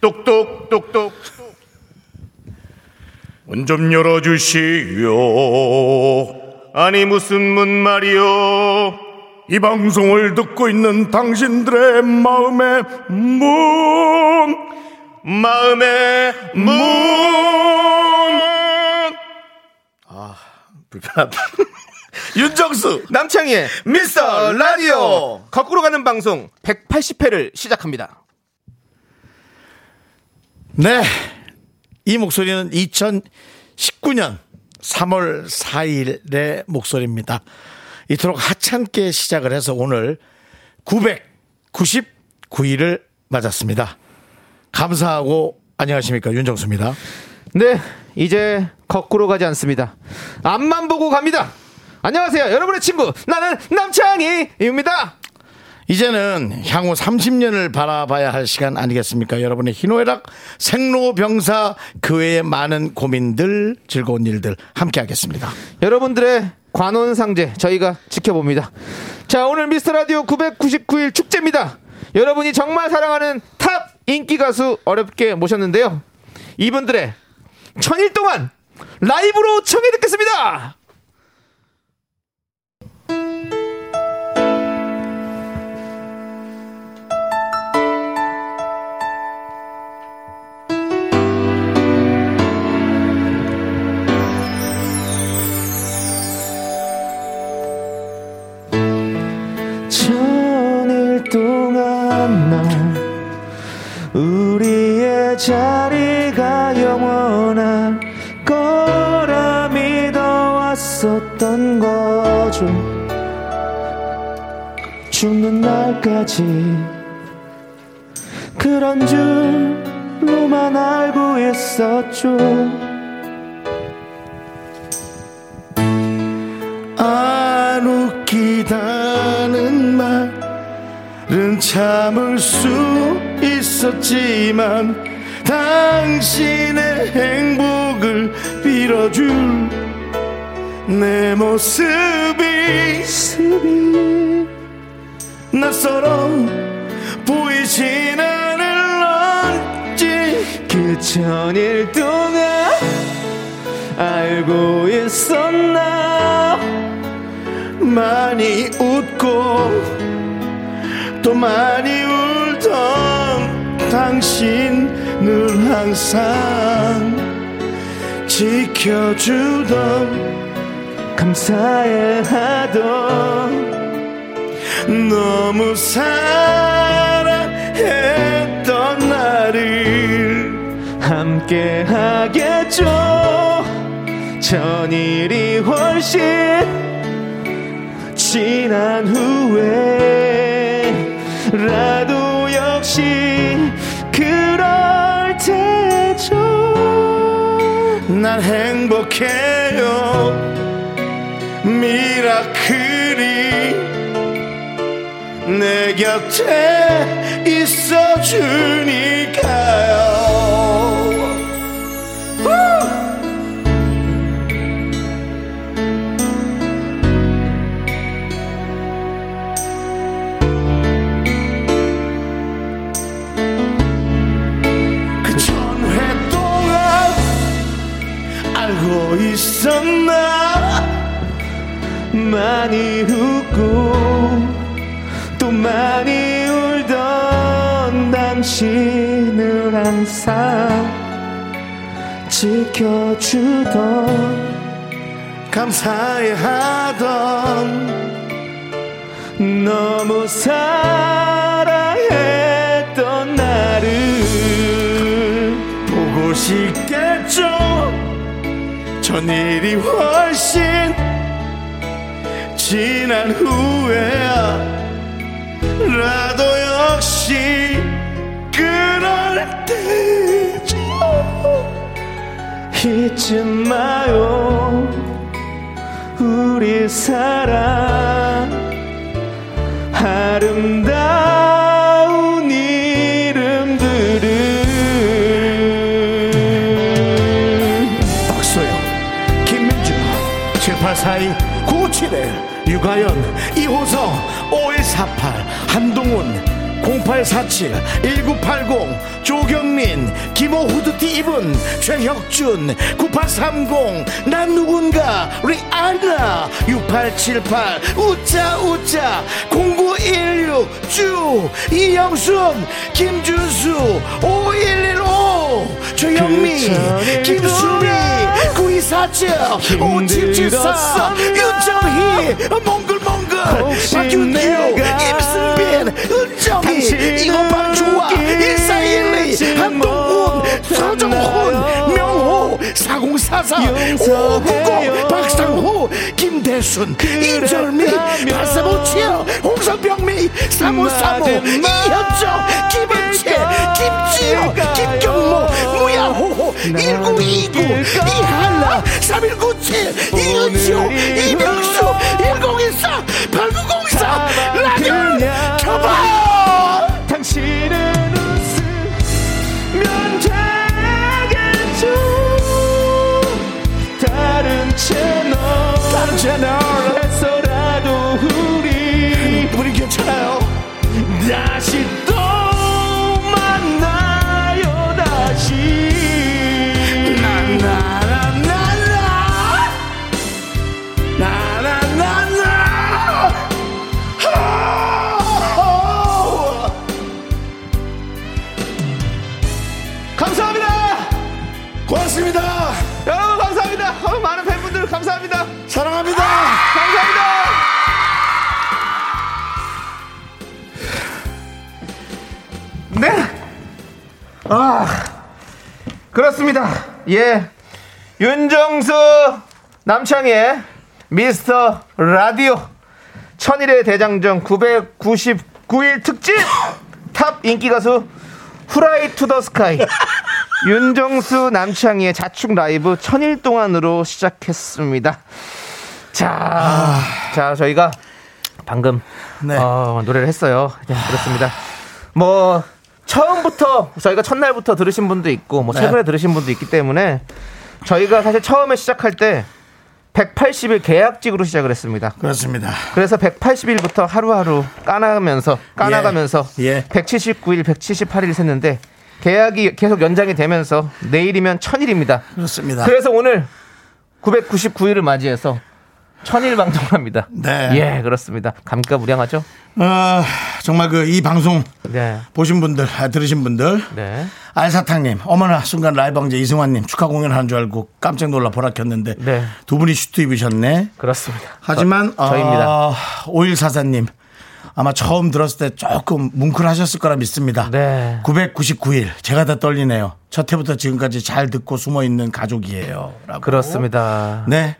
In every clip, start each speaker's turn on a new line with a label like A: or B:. A: 똑똑 똑똑 문 좀 열어주시오 아니 무슨 문 말이오 이 방송을 듣고 있는 당신들의 마음의 문 마음의 문 아, 불편하다 윤정수
B: 남창희의 미스터 라디오 거꾸로 가는 방송 180회를 시작합니다.
A: 네. 이 목소리는 2019년 3월 4일의 목소리입니다. 이토록 하찮게 시작을 해서 오늘 999일을 맞았습니다. 감사하고 안녕하십니까. 윤정수입니다.
B: 네, 이제 거꾸로 가지 않습니다. 앞만 보고 갑니다. 안녕하세요, 여러분의 친구 나는 남창희입니다.
A: 이제는 향후 30년을 바라봐야 할 시간 아니겠습니까? 여러분의 희노애락, 생로병사, 그 외에 많은 고민들, 즐거운 일들 함께 하겠습니다.
B: 여러분들의 관원상제 저희가 지켜봅니다. 자, 오늘 미스터 라디오 999일 축제입니다. 여러분이 정말 사랑하는 탑 인기 가수 어렵게 모셨는데요. 이분들의 천일 동안 라이브로 청해 듣겠습니다. 천일 동안 너 우리의 자리가 영원할 거라 믿어왔었던 거죠 죽는 날까지 그런 줄로만 알고 있었죠
A: 안 웃기다는 말은 참을 수 있었지만 당신의 행복을 빌어줄 내 모습이 낯설어 보이진 않을런지
B: 그 천일 동안 알고 있었나
A: 많이 웃고 또 많이 울던 당신 늘 항상 지켜주던
B: 감사해 하던
A: 너무 사랑했던 나를
B: 함께 하겠죠 천일이 훨씬 지난 후에라도 역시 그럴 테죠
A: 난 행복해요 미라클이 내 곁에 있어주니까요 그 전회 동안 알고 있었나
B: 많이 웃고 또 많이 울던 당신을 항상 지켜주던
A: 감사해하던
B: 너무 사랑했던 나를
A: 보고 싶겠죠 전 일이 훨씬 지난 후에야 라도 역시 그럴
B: 날 뜨지 잊지 마요 우리 사랑 아름다운 이름들을
A: 박소영, 김민주, 7842, 971, 유가연, 이호성, 5148, 한동훈, 0847, 1980, 조경민, 김호 후드티 입은 최혁준, 9830, 난 누군가, 리아나, 6878, 우짜, 우짜, 0916, 쭈, 이영순, 김준수, 5115, 최영미,
B: 전에
A: 김수미, 9247, 5774, 윤정희, 몽글몽글,
B: 혹시
A: 박윤규,
B: 내가
A: 임승빈,
B: 당신을
A: 은정희, 이것만 좋아, 1412,
B: 잊지
A: 한동훈,
B: 못했나요?
A: 서정훈, 명호, 4044,
B: 용서해요.
A: 599, 박상호, 김대순, 이절미,
B: 그랬다면
A: 8457, 홍성병미, 3535, 이현정, 김은채, 김지호, 김경모, 무야호호, 1929, 이한라, 3197, 이은지호,
B: 오늘이
A: 이명수, 1014, 8904, 라면,
B: 그냥
A: 켜봐!
B: 당신은 웃으면 되겠죠 다른 채널
A: 다른 채널,
B: 해서라도 우리
A: 우리 괜찮아요.
B: 다시 또 만나요 다시
A: 나나나나나. 나나나나. 아!
C: 감사합니다.
A: 고맙습니다.
C: 여러분 감사합니다. 어, 많은 팬분들 감사합니다.
A: 사랑합니다.
C: 감사합니다. 네. 아 그렇습니다. 예. 윤정수 남창희의 미스터 라디오 천일의 대장정 999일 특집 탑 인기 가수 후라이 투 더 스카이 윤정수 남창희의 자축 라이브 천일 동안으로 시작했습니다. 자, 자 저희가 방금
A: 네.
C: 어, 노래를 했어요. 네, 그렇습니다. 뭐 처음부터 저희가 첫날부터 들으신 분도 있고 뭐
A: 네.
C: 최근에 들으신 분도 있기 때문에 저희가 사실 처음에 시작할 때 180일 계약직으로 시작을 했습니다.
A: 그렇습니다.
C: 그래서 180일부터 하루하루 까나면서 까나가면서
A: 예, 예.
C: 179일, 178일 샜는데 계약이 계속 연장이 되면서 내일이면 1000일입니다.
A: 그렇습니다.
C: 그래서 오늘 999일을 맞이해서 1000일 방송을 합니다.
A: 네.
C: 예, 그렇습니다. 감가무량하죠?
A: 어, 정말 그 이 방송
C: 네.
A: 보신 분들, 아, 들으신 분들,
C: 네.
A: 알사탕님, 어머나 순간 라이브 황제 이승환님 축하 공연하는 줄 알고 깜짝 놀라 보라 켰는데
C: 네.
A: 두 분이 슈트 입으셨네.
C: 그렇습니다.
A: 하지만 어,
C: 저, 입니다
A: 오일 사사님 아마 처음 들었을 때 조금 뭉클하셨을 거라 믿습니다.
C: 네.
A: 999일 제가 다 떨리네요. 첫 해부터 지금까지 잘 듣고 숨어 있는 가족이에요. 라고.
C: 그렇습니다.
A: 네.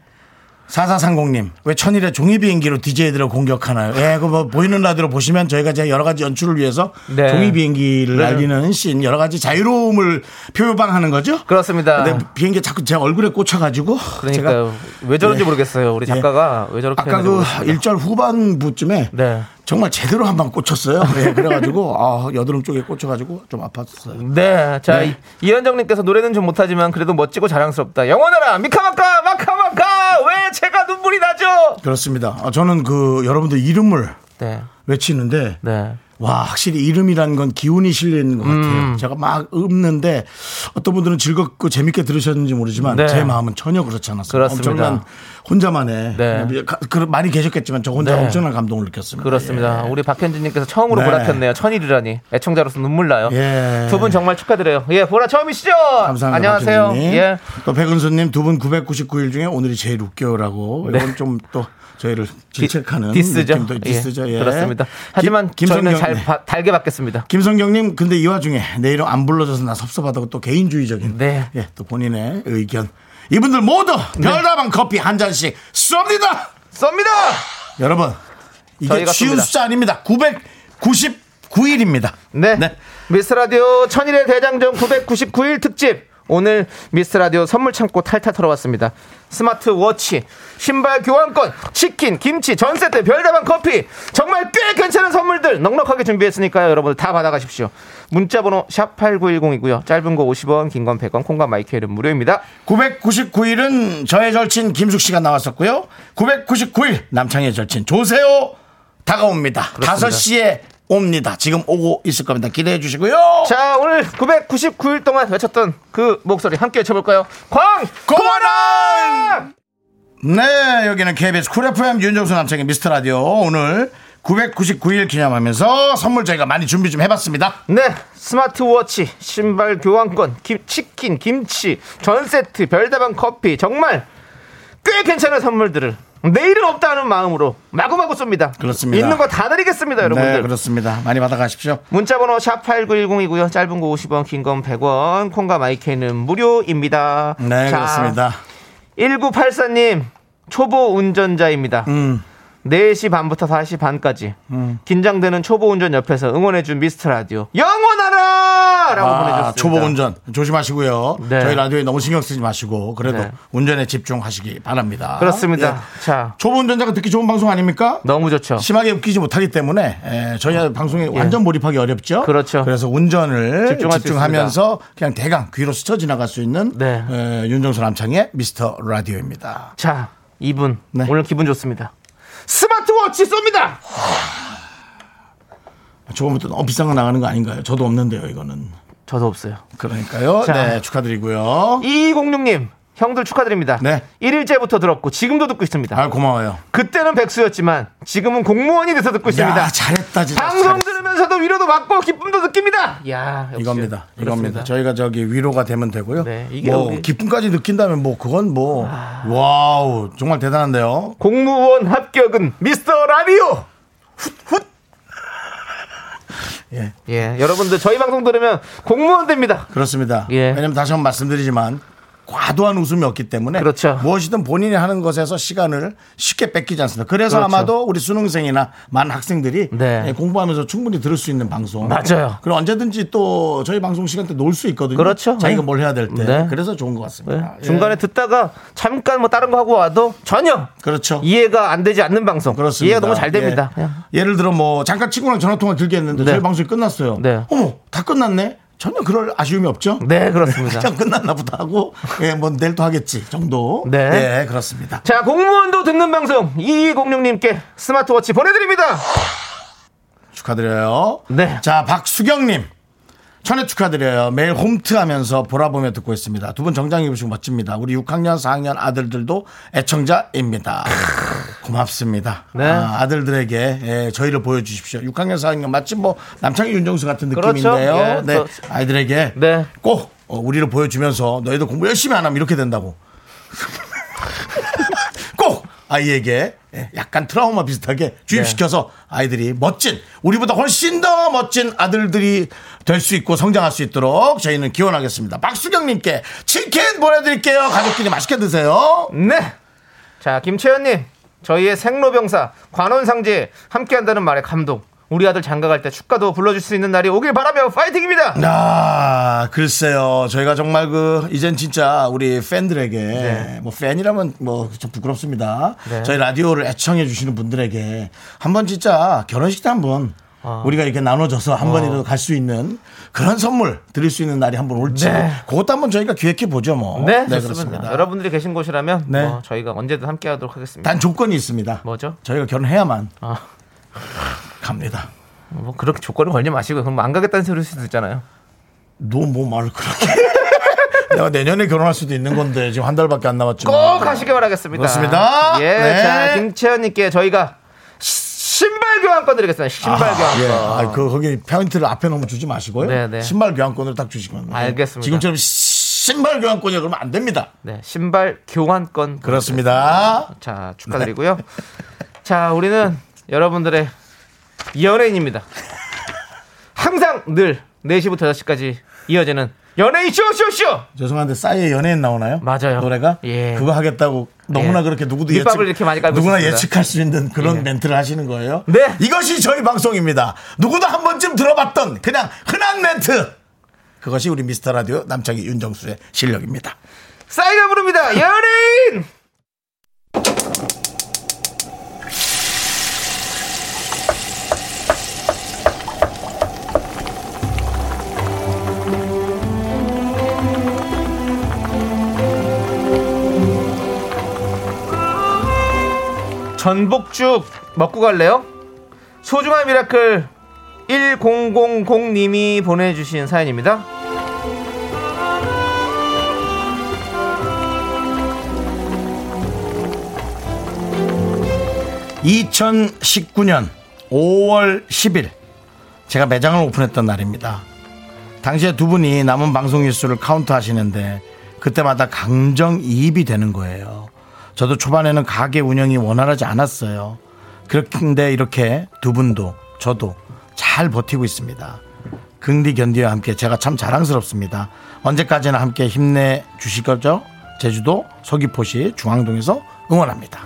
A: 4430님, 왜 천일에 종이비행기로 DJ들을 공격하나요? 예, 그 뭐, 보이는 라디오로 보시면 저희가 이제 여러 가지 연출을 위해서
C: 네.
A: 종이비행기를
C: 네.
A: 날리는 씬, 여러 가지 자유로움을 표방하는 거죠?
C: 그렇습니다.
A: 근데 비행기 자꾸 제 얼굴에 꽂혀가지고.
C: 그러니까요. 왜 저런지
A: 예.
C: 모르겠어요. 우리
A: 예.
C: 작가가 왜 저렇게
A: 아까
C: 했는지
A: 그
C: 모르겠습니다.
A: 일절 후반부쯤에
C: 네.
A: 정말 제대로 한 방 꽂혔어요. 예, 그래가지고 아, 여드름 쪽에 꽂혀가지고 좀 아팠어요.
C: 네, 자
A: 네.
C: 이- 이현정님께서 노래는 좀 못하지만 그래도 멋지고 자랑스럽다. 영원하라 미카마카 마카마카 왜 제가 눈물이 나죠?
A: 그렇습니다. 아, 저는 그 여러분들 이름을
C: 네,
A: 외치는데
C: 네,
A: 와 확실히 이름이라는 건 기운이 실려 있는 것 같아요.
C: 음.
A: 제가 막 읊는데 어떤 분들은 즐겁고 재밌게 들으셨는지 모르지만
C: 네.
A: 제 마음은 전혀 그렇지 않았어요.
C: 그렇습니다.
A: 엄청난 혼자만의
C: 네.
A: 가- 그- 많이 계셨겠지만 저 혼자
C: 네.
A: 엄청난 감동을 느꼈습니다.
C: 그렇습니다.
A: 예.
C: 우리 박현진님께서 처음으로
A: 네.
C: 보라켰네요. 천일이라니 애청자로서 눈물 나요.
A: 예.
C: 두 분 정말 축하드려요. 예, 보라 처음이시죠?
A: 감사합니다.
C: 안녕하세요.
A: 박진희님.
C: 예,
A: 또 백은수님 두 분 999일 중에 오늘이 제일 웃겨요라고 이건 좀 또 저희를 질책하는
C: 네. 디스죠.
A: 음, 느낌도 디스죠. 예.
C: 그렇습니다. 하지만
A: 김, 김성경
C: 저희는
A: 네.
C: 잘
A: 님.
C: 바- 달게 받겠습니다.
A: 김성경님 근데 이 와중에 내 이름 안 불러줘서 나 섭섭하다고 또 개인주의적인
C: 네.
A: 예, 또 본인의 의견 이분들 모두 별다방 커피 한 잔씩 쏩니다.
C: 쏩니다.
A: 여러분 이게
C: 저희가
A: 쉬운
C: 쏩니다.
A: 숫자 아닙니다. 999 9일입니다.
C: 네. 미스 라디오 천일의 대장정 999일 특집. 오늘 미스 라디오 선물 창고 탈탈 털어왔습니다. 스마트 워치, 신발 교환권, 치킨, 김치, 전 세트, 별다방 커피. 정말 꽤 괜찮은 선물들 넉넉하게 준비했으니까요. 여러분들 다 받아가십시오. 문자번호 샵8910이고요. 짧은 거 50원, 긴 건 100원, 콩과 마이크는 무료입니다.
A: 999일은 저의 절친 김숙 씨가 나왔었고요. 999일 남창의 절친 조세호 다가옵니다. 다섯 5시에 옵니다. 지금 오고 있을 겁니다. 기대해 주시고요.
C: 자, 오늘 999일 동안 외쳤던 그 목소리 함께 외쳐볼까요? 광!
A: 고마워! 네, 여기는 KBS 쿨 FM 윤정수 남창의 미스터 라디오 오늘 999일 기념하면서 선물 저희가 많이 준비 좀 해봤습니다.
C: 네, 스마트워치, 신발 교환권, 김- 치킨, 김치, 전 세트, 별다방 커피 정말 꽤 괜찮은 선물들을 내일은 없다는 마음으로 마구마구 쏩니다.
A: 그렇습니다.
C: 있는 거 다 드리겠습니다, 여러분들.
A: 네, 그렇습니다. 많이 받아가십시오.
C: 문자번호 샵8910이고요. 짧은 거 50원, 긴 건 100원, 콩과 마이크는 무료입니다.
A: 네,
C: 자,
A: 그렇습니다.
C: 1984님, 초보 운전자입니다.
A: 음.
C: 4시 반부터 4시 반까지 긴장되는 초보 운전 옆에서 응원해준 미스터 라디오 영원하라! 라고
A: 아,
C: 보내줬습니다.
A: 초보 운전 조심하시고요.
C: 네.
A: 저희 라디오에 너무 신경 쓰지 마시고 그래도
C: 네.
A: 운전에 집중하시기 바랍니다.
C: 그렇습니다. 네.
A: 예.
C: 자,
A: 초보 운전자가 듣기 좋은 방송 아닙니까?
C: 너무 좋죠.
A: 심하게 웃기지 못하기 때문에 에, 저희 방송에 완전 몰입하기 어렵죠.
C: 네. 예. 그렇죠.
A: 그래서 운전을
C: 집중할 수
A: 집중하면서 그냥 대강 귀로 스쳐 지나갈 수 있는
C: 네.
A: 에, 윤정수 남창의 미스터 라디오입니다.
C: 자, 이분
A: 네.
C: 오늘 기분 좋습니다. 스마트워치 쏩니다.
A: 조금부터 너무 비싼 거 나가는 거 아닌가요? 저도 없는데요, 이거는.
C: 저도 없어요.
A: 그러니까요.
C: 자.
A: 네, 축하드리고요.
C: 2206님, 형들 축하드립니다.
A: 네.
C: 1일째부터 들었고 지금도 듣고 있습니다.
A: 아, 고마워요.
C: 그때는 백수였지만 지금은 공무원이 돼서 듣고 있습니다.
A: 야, 잘했다, 진짜.
C: 방송
A: 잘했다.
C: 들으면서도 위로도 받고 기쁨도 느낍니다. 야, 역시
A: 이겁니다.
C: 예, 그렇습니다.
A: 이겁니다. 저희가 저기 위로가 되면 되고요.
C: 네, 이게 아.
A: 뭐
C: 우리-
A: 기쁨까지 느낀다면 뭐 그건 뭐 와우 정말 대단한데요.
C: 공무원 합격은 미스터 라디오.
A: 예.
C: 예, 여러분들 저희 방송 들으면 공무원 됩니다.
A: 그렇습니다.
C: 예.
A: 왜냐면 다시 한번 말씀드리지만 과도한 웃음이 없기 때문에
C: 그렇죠.
A: 무엇이든 본인이 하는 것에서 시간을 쉽게 뺏기지 않습니다. 그래서
C: 그렇죠.
A: 아마도 우리 수능생이나 많은 학생들이
C: 네.
A: 예, 공부하면서 충분히 들을 수 있는 방송.
C: 맞아요.
A: 그리고 언제든지 또 저희 방송 시간 때 놀 수 있거든요.
C: 그렇죠.
A: 자기가
C: 네.
A: 뭘 해야 될 때.
C: 네.
A: 그래서 좋은 것 같습니다. 예.
C: 아, 중간에 듣다가 잠깐 뭐 다른 거 하고 와도 전혀
A: 그렇죠.
C: 이해가 안 되지 않는 방송.
A: 그렇습니다.
C: 이해가 너무 잘 됩니다. 그냥.
A: 예. 를 들어 뭐 잠깐 친구랑 전화 통화 길게 했는데
C: 네.
A: 저희 방송이 끝났어요.
C: 네.
A: 어머 다 끝났네. 전혀 그럴 아쉬움이 없죠.
C: 네, 그렇습니다.
A: 그냥 끝났나 보다 하고 예, 뭐 내일 또 하겠지 정도.
C: 네.
A: 예, 그렇습니다.
C: 자, 공무원도 듣는 방송 2206님께 스마트워치 보내드립니다.
A: 축하드려요.
C: 네.
A: 자 박수경님. 천에 축하드려요. 매일 홈트하면서 보라보며 듣고 있습니다. 두 분 정장 입으시고 멋집니다. 우리 6학년, 4학년 아들들도 애청자입니다. 고맙습니다.
C: 네.
A: 아, 들들에게 예, 저희를 보여주십시오. 6학년, 4학년 마치 뭐 남창희 윤정수 같은
C: 그렇죠.
A: 느낌인데요.
C: 예,
A: 네,
C: 저-
A: 아이들에게
C: 네.
A: 꼭 어, 우리를 보여주면서 너희들 공부 열심히 안 하면 이렇게 된다고. 꼭 아이에게 예, 약간 트라우마 비슷하게 주입시켜서 아이들이 멋진 우리보다 훨씬 더 멋진 아들들이 될 수 있고 성장할 수 있도록 저희는 기원하겠습니다. 박수경님께 치킨 보내드릴게요. 가족끼리 맛있게 드세요.
C: 네. 자, 김채연님, 저희의 생로병사 관원상제 함께한다는 말에 감동. 우리 아들 장가갈 때 축가도 불러줄 수 있는 날이 오길 바라며 파이팅입니다.
A: 아, 글쎄요. 저희가 정말 그, 이젠 진짜 우리 팬들에게, 뭐 팬이라면 뭐 좀 부끄럽습니다.
C: 네.
A: 저희 라디오를 애청해주시는 분들에게 한번 진짜 결혼식 때 한번
C: 아.
A: 우리가 이렇게 나눠줘서 한
C: 어.
A: 번이라도 갈 수 있는 그런 선물 드릴 수 있는 날이 한 번 올지.
C: 네.
A: 그것도 한번 저희가 기획해보죠 뭐.
C: 네, 좋습니다.
A: 그렇습니다.
C: 여러분들이 계신 곳이라면
A: 네.
C: 뭐 저희가 언제든 함께하도록 하겠습니다.
A: 단 조건이 있습니다.
C: 뭐죠?
A: 저희가 결혼해야만
C: 아.
A: 갑니다.
C: 뭐 그렇게 조건을 걸지 마시고 그럼 뭐 안 가겠다는 소리일 수도 있잖아요.
A: 너 뭐 말을 그렇게. 내가 내년에 결혼할 수도 있는 건데 지금 한 달밖에 안 남았지만.
C: 꼭 하시길 바라겠습니다.
A: 그렇습니다.
C: 네. 예,
A: 네.
C: 자 김채연님께 저희가 시- 신발 교환권 드리겠습니다. 신발 교환권.
A: 예. 아, 그 거기 페인트를 앞에 너무 주지 마시고요.
C: 네, 네.
A: 신발 교환권을 딱 주시면.
C: 알겠습니다.
A: 지금처럼 신발 교환권이요 그러면 안 됩니다.
C: 네, 신발 교환권.
A: 그렇습니다.
C: 자 축하드리고요. 자 우리는 여러분들의 연예인입니다. 항상 늘 4시부터 6시까지 이어지는 연예인 쇼쇼쇼.
A: 죄송한데 싸이의 연예인 나오나요?
C: 맞아요.
A: 노래가
C: 예.
A: 그거 하겠다고 너무나
C: 예.
A: 그렇게 누구도
C: 밑밥을 이렇게 많이 깔고
A: 누구나
C: 있습니다.
A: 예측할 수 있는 그런
C: 예.
A: 멘트를 하시는 거예요.
C: 네.
A: 이것이 저희 방송입니다. 누구도 한 번쯤 들어봤던 그냥 흔한 멘트. 그것이 우리 미스터 라디오 남창희 윤정수의 실력입니다.
C: 싸이가 부릅니다. 연예인. 전복죽 먹고 갈래요? 소중한 미라클 1000님이 보내주신 사연입니다.
A: 2019년 년 5월 10일 제가 매장을 오픈했던 날입니다. 당시에 두 분이 남은 방송 일수를 카운트 하시는데 그때마다 감정이입이 되는 거예요. 저도 초반에는 가게 운영이 원활하지 않았어요. 그런데 이렇게 두 분도 저도 잘 버티고 있습니다. 긍디 견디와 함께 제가 참 자랑스럽습니다. 언제까지나 함께 힘내 주실 거죠? 제주도 서귀포시 중앙동에서 응원합니다.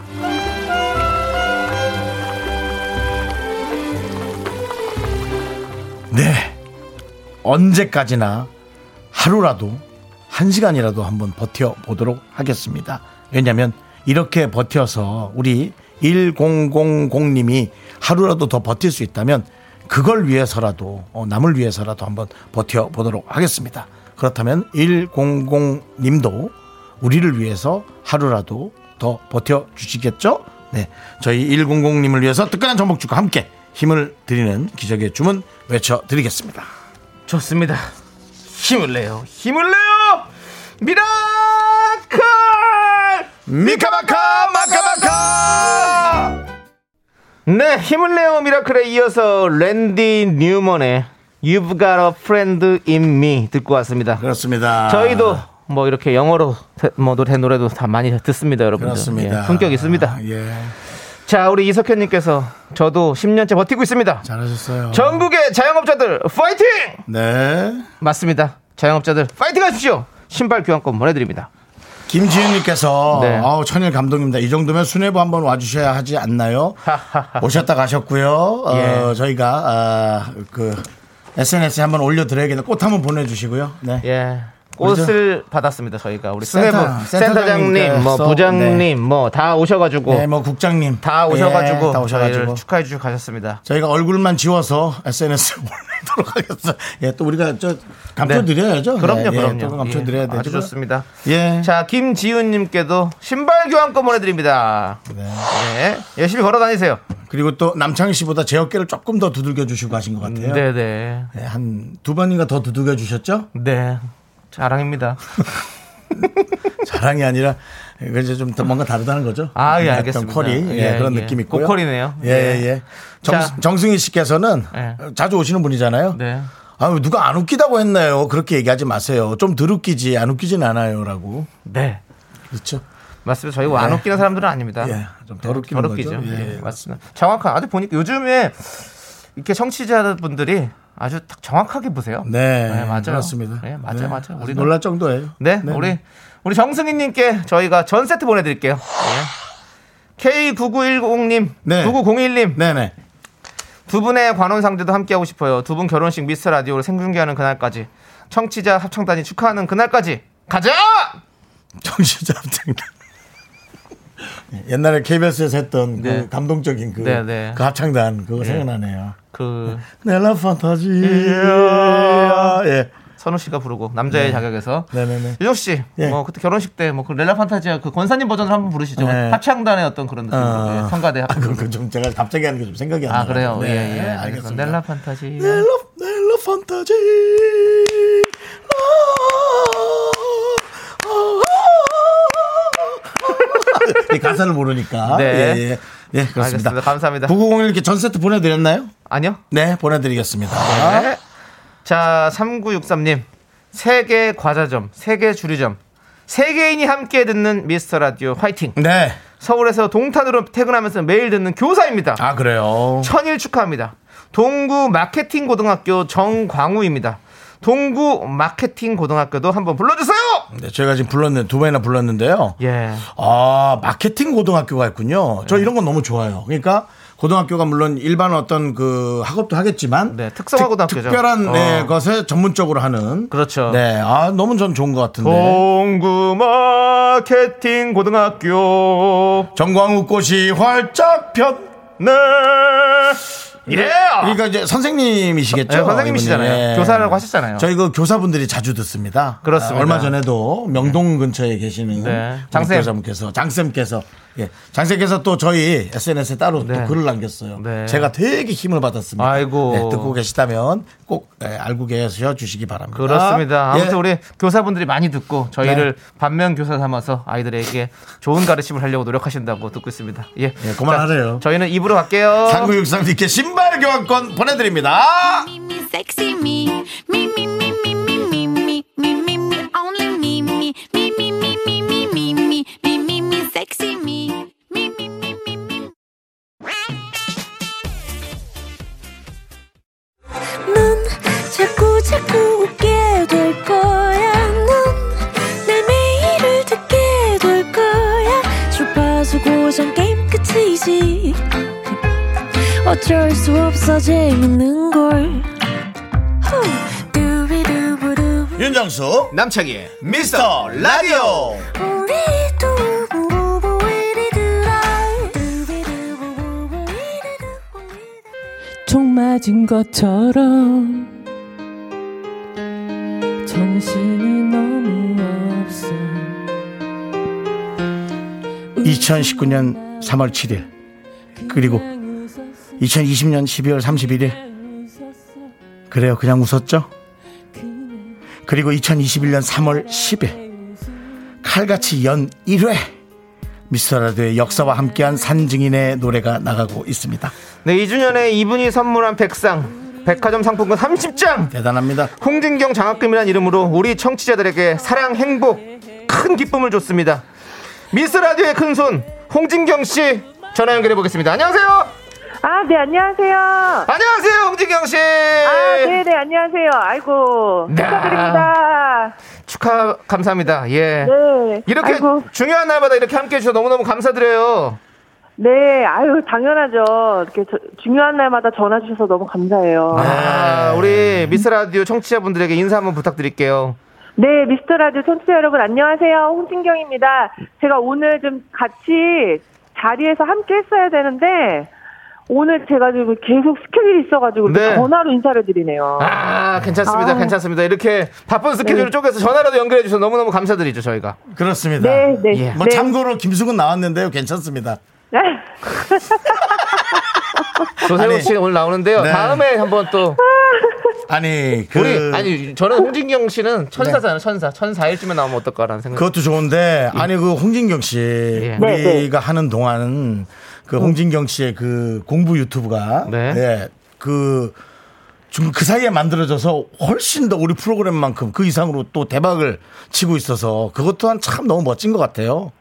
A: 네. 언제까지나 하루라도 한 시간이라도 한번 버텨보도록 하겠습니다. 왜냐면 이렇게 버텨서 우리 1000님이 하루라도 더 버틸 수 있다면 그걸 위해서라도 어, 남을 위해서라도 한번 버텨보도록 하겠습니다. 그렇다면 1000님도 우리를 위해서 하루라도 더 버텨주시겠죠? 네. 저희 1000님을 위해서 뜨끈한 전복죽과 함께 힘을 드리는 기적의 주문 외쳐드리겠습니다.
C: 좋습니다. 힘을 내요. 힘을 내요. 미라클!
A: 미카마카 마카마카
C: 네, 힘을 내요 미라클에 이어서 랜디 뉴먼의 You've Got a Friend in Me 듣고 왔습니다. 예,
A: 그렇습니다.
C: 저희도
A: 아.
C: 뭐 이렇게 영어로 대- 뭐 노래 노래도 다 많이 듣습니다, 여러분들.
A: 그렇습니다.
C: 예, 품격 있습니다.
A: 예.
C: 자, 우리 이석현님께서 저도 10년째 버티고 있습니다.
A: 잘하셨어요.
C: 전국의 자영업자들 파이팅!
A: 네.
C: 맞습니다. 자영업자들 파이팅 하십시오. 신발 교환권 보내드립니다.
A: 김지윤님께서
C: 네.
A: 아우 천일 감독입니다. 이 정도면 수뇌부 한번 와주셔야 하지 않나요? 오셨다 가셨고요. 어,
C: 예.
A: 저희가 아, 그 SNS에 한번 올려드려야겠네요. 꽃 한번 보내주시고요. 네.
C: 예. 꽃을 받았습니다 저희가 우리
A: 센터,
C: 센터, 센터장님,
A: 센터장님께서,
C: 뭐 부장님, 뭐 다 오셔가지고
A: 네, 뭐 국장님
C: 다 오셔가지고
A: 예, 다 오셔가지고
C: 저희를 축하해 주고 가셨습니다.
A: 저희가 얼굴만 지워서 SNS에 올리도록 하겠어요. 예, 또 우리가 저 감춰드려야죠.
C: 그럼요,
A: 예,
C: 그럼요.
A: 또 감춰드려야
C: 예,
A: 되죠.
C: 아주 좋습니다.
A: 예.
C: 자 김지훈님께도 신발 교환권 보내드립니다.
A: 네.
C: 네, 열심히 걸어 다니세요.
A: 그리고 또 남창희 씨보다 제 어깨를 조금 더 두들겨 주시고 하신 것 같아요.
C: 네, 네,
A: 네, 한두 번인가 더 두들겨 주셨죠?
C: 네. 자랑입니다.
A: 자랑이 아니라 이제 좀더 뭔가 다르다는 거죠.
C: 아, 예,
A: 어떤
C: 알겠습니다.
A: 컬이 예,
C: 예,
A: 그런
C: 예.
A: 느낌 있고요.
C: 고퀄이네요.
A: 예, 예. 예.
C: 자.
A: 정, 승희 씨께서는
C: 예.
A: 자주 오시는 분이잖아요.
C: 네.
A: 아, 누가 안 웃기다고 했나요? 그렇게 얘기하지 마세요. 좀 덜 웃기지 안 웃기진 않아요라고.
C: 네,
A: 그렇죠?
C: 맞습니다. 저희 안
A: 네.
C: 웃기는 사람들은 아닙니다.
A: 예. 좀덜 웃기는
C: 더럽기죠.
A: 거죠.
C: 네, 예, 맞습니다. 정확한 아주 보니까 요즘에 이렇게 청취자분들이 아주 딱 정확하게 보세요.
A: 네,
C: 맞아요.
A: 그렇습니다.
C: 네, 맞아요,
A: 네,
C: 맞아요.
A: 아주
C: 우리
A: 놀랄 정도예요.
C: 네, 우리 우리 정승희님께 저희가 전 세트 보내드릴게요. 예. K 9910님,
A: 네.
C: 9901님
A: 네네.
C: 두 분의 관혼상제도 함께하고 싶어요. 두 분 결혼식 미스 라디오를 생중계하는 그날까지 청취자 합창단이 축하하는 그날까지 가자!
A: 정신자 합창. 네, 옛날에 KBS에서 했던
C: 네.
A: 그 감동적인 그,
C: 네, 네.
A: 그 합창단 그거 생각나네요.
C: 그
A: 넬라 판타지아. 예.
C: 선우 씨가 부르고 남자의 자격에서
A: 네. 네네네.
C: 유정 씨,
A: 예.
C: 뭐 그때 결혼식 때 뭐 그 렐라 판타지아 그 권사님 버전을 한번 부르시죠.
A: 네.
C: 합창단의 어떤 그런 느낌,
A: 어.
C: 예, 성가대
A: 아,
C: 합창.
A: 그거 좀 제가 갑자기 하는 게 좀 생각이 안
C: 아,
A: 나요.
C: 그래요.
A: 네,
C: 예, 예. 알겠습니다.
A: 알겠습니다. 네.
C: 넬라 판타지.
A: 넬라, 넬라 판타지. 아, 아, 아, 아. 이 가사를 모르니까.
C: 네.
A: 예, 예. 예, 그렇습니다.
C: 알겠습니다. 감사합니다.
A: 9901 이렇게 전 세트 보내드렸나요?
C: 아니요.
A: 네, 보내드리겠습니다.
C: 네. 자, 3963님. 세계 과자점, 세계 주류점. 세계인이 함께 듣는 미스터 라디오 화이팅.
A: 네.
C: 서울에서 동탄으로 퇴근하면서 매일 듣는 교사입니다.
A: 아, 그래요.
C: 천일 축하합니다. 동구 마케팅 고등학교 정광우입니다. 동구 마케팅 고등학교도 한번 불러주세요.
A: 네, 제가 지금 불렀는데 두 번이나 불렀는데요.
C: 예.
A: 아 마케팅 고등학교가 있군요.
C: 네.
A: 저 이런 건 너무 좋아요. 그러니까 고등학교가 물론 일반 어떤 그 학업도 하겠지만
C: 네, 특성화 고등학교죠.
A: 특별한
C: 어.
A: 네, 것에 전문적으로 하는
C: 그렇죠.
A: 네, 아 너무 전 좋은 것 같은데.
C: 동구 마케팅 고등학교.
A: 정광욱 꽃이 활짝 편.
C: 네. 예.
A: 그러니까 이제 선생님이시겠죠?
C: 네, 선생님이시잖아요.
A: 이분이. 예.
C: 교사라고 하셨잖아요.
A: 저희 그 교사분들이 자주 듣습니다.
C: 그렇습니다.
A: 아, 얼마 전에도 명동 근처에 계시는
C: 네.
A: 우리
C: 장쌤.
A: 교사분께서 장쌤께서 예. 장쌤께서 또 저희 SNS에 따로
C: 네.
A: 또 글을 남겼어요.
C: 네.
A: 제가 되게 힘을 받았습니다.
C: 아이고.
A: 네, 듣고 계시다면 꼭 예, 알고 계셔 주시기 바랍니다.
C: 그렇습니다. 아무튼
A: 예. 네.
C: 우리 교사분들이 많이 듣고 저희를 반면 교사 삼아서 아이들에게 좋은 가르침을 하려고 노력하신다고 듣고 있습니다. 예.
A: 예, 그만하래요.
C: 자, 저희는 입으로 갈게요.
A: 3963님께 신발 교환권 보내드립니다.
D: me, me, sexy me, me, me, me, me, me, me, me, me, me, me, only me, me, me, me, me, me, me, me, me, me, me, me, sexy me, me, me, me, me, me.
E: 넌 자꾸 자꾸 웃게 될 거야. 넌내 매일을 듣게 될 거야. 주파수 고정 게임 끝이지. 어쩔 수 없어 재밌는 걸. 후. 두비두부두.
A: 윤정수 남창희 미스터 라디오.
E: 우리 두부부부 우리들아. 두비두부부부 우리들아.
F: 총 맞은 것처럼 정신이 너무 없어
A: 2019년 3월 7일 그리고 2020년 12월 31일 그래요 그냥 웃었죠 그리고 2021년 3월 10일 칼같이 연 1회 미스터라디오의 역사와 함께한 산증인의 노래가 나가고 있습니다
C: 네, 2주년에 이분이 선물한 백상, 백화점 상품권 30장,
A: 대단합니다
C: 홍진경 장학금이란 이름으로 우리 청취자들에게 사랑, 행복, 큰 기쁨을 줬습니다. 미스 라디오의 큰 손, 홍진경 씨 전화 연결해 보겠습니다. 안녕하세요.
G: 아, 네, 안녕하세요. 아,
C: 안녕하세요, 홍진경 씨.
G: 네, 네, 안녕하세요. 아이고,
C: 네.
G: 축하드립니다.
C: 축하 감사합니다. 예.
G: 네.
C: 이렇게
G: 아이고,
C: 중요한 날마다 이렇게 함께 해주셔서 너무너무 감사드려요.
G: 네, 아유, 당연하죠. 이렇게 저- 중요한 날마다 전화 주셔서 너무 감사해요. 네.
C: 아, 우리 미스라디오 청취자분들에게 인사 한번 부탁드릴게요.
G: 네, 미스터 라디오 청취자 여러분, 안녕하세요. 홍진경입니다. 제가 오늘 좀 같이 자리에서 함께 했어야 되는데, 오늘 제가 지금 계속 스케줄이 있어가지고 이렇게
C: 네.
G: 전화로 인사를 드리네요.
C: 아, 괜찮습니다.
G: 아. 네.
C: 괜찮습니다. 이렇게 바쁜 스케줄을 쪼개서 전화라도 연결해 주셔서 너무너무 감사드리죠, 저희가.
A: 그렇습니다
G: 네, 네.
C: 예.
A: 뭐
G: 네.
A: 참고로 김숙은 나왔는데요 괜찮습니다
C: 조세호
A: 아니.
C: 씨 오늘 나오는데요.
A: 네.
C: 다음에 한번 또
A: 아니 그
C: 우리 아니 저는 홍진경 씨는 천사잖아요. 천사. 천사일쯤에 나오면 어떨까라는 생각.
A: 음. 그것도 좋은데 아니 그 홍진경 씨
G: 네, 네. 음.
A: 우리가 하는 동안 그 홍진경 씨의 그 공부 유튜브가
C: 네.
A: 네, 그 지금 그 사이에 만들어져서 훨씬 더 우리 프로그램만큼 그 이상으로 또 대박을 치고 있어서 그것 또한 참 너무 멋진 것 같아요.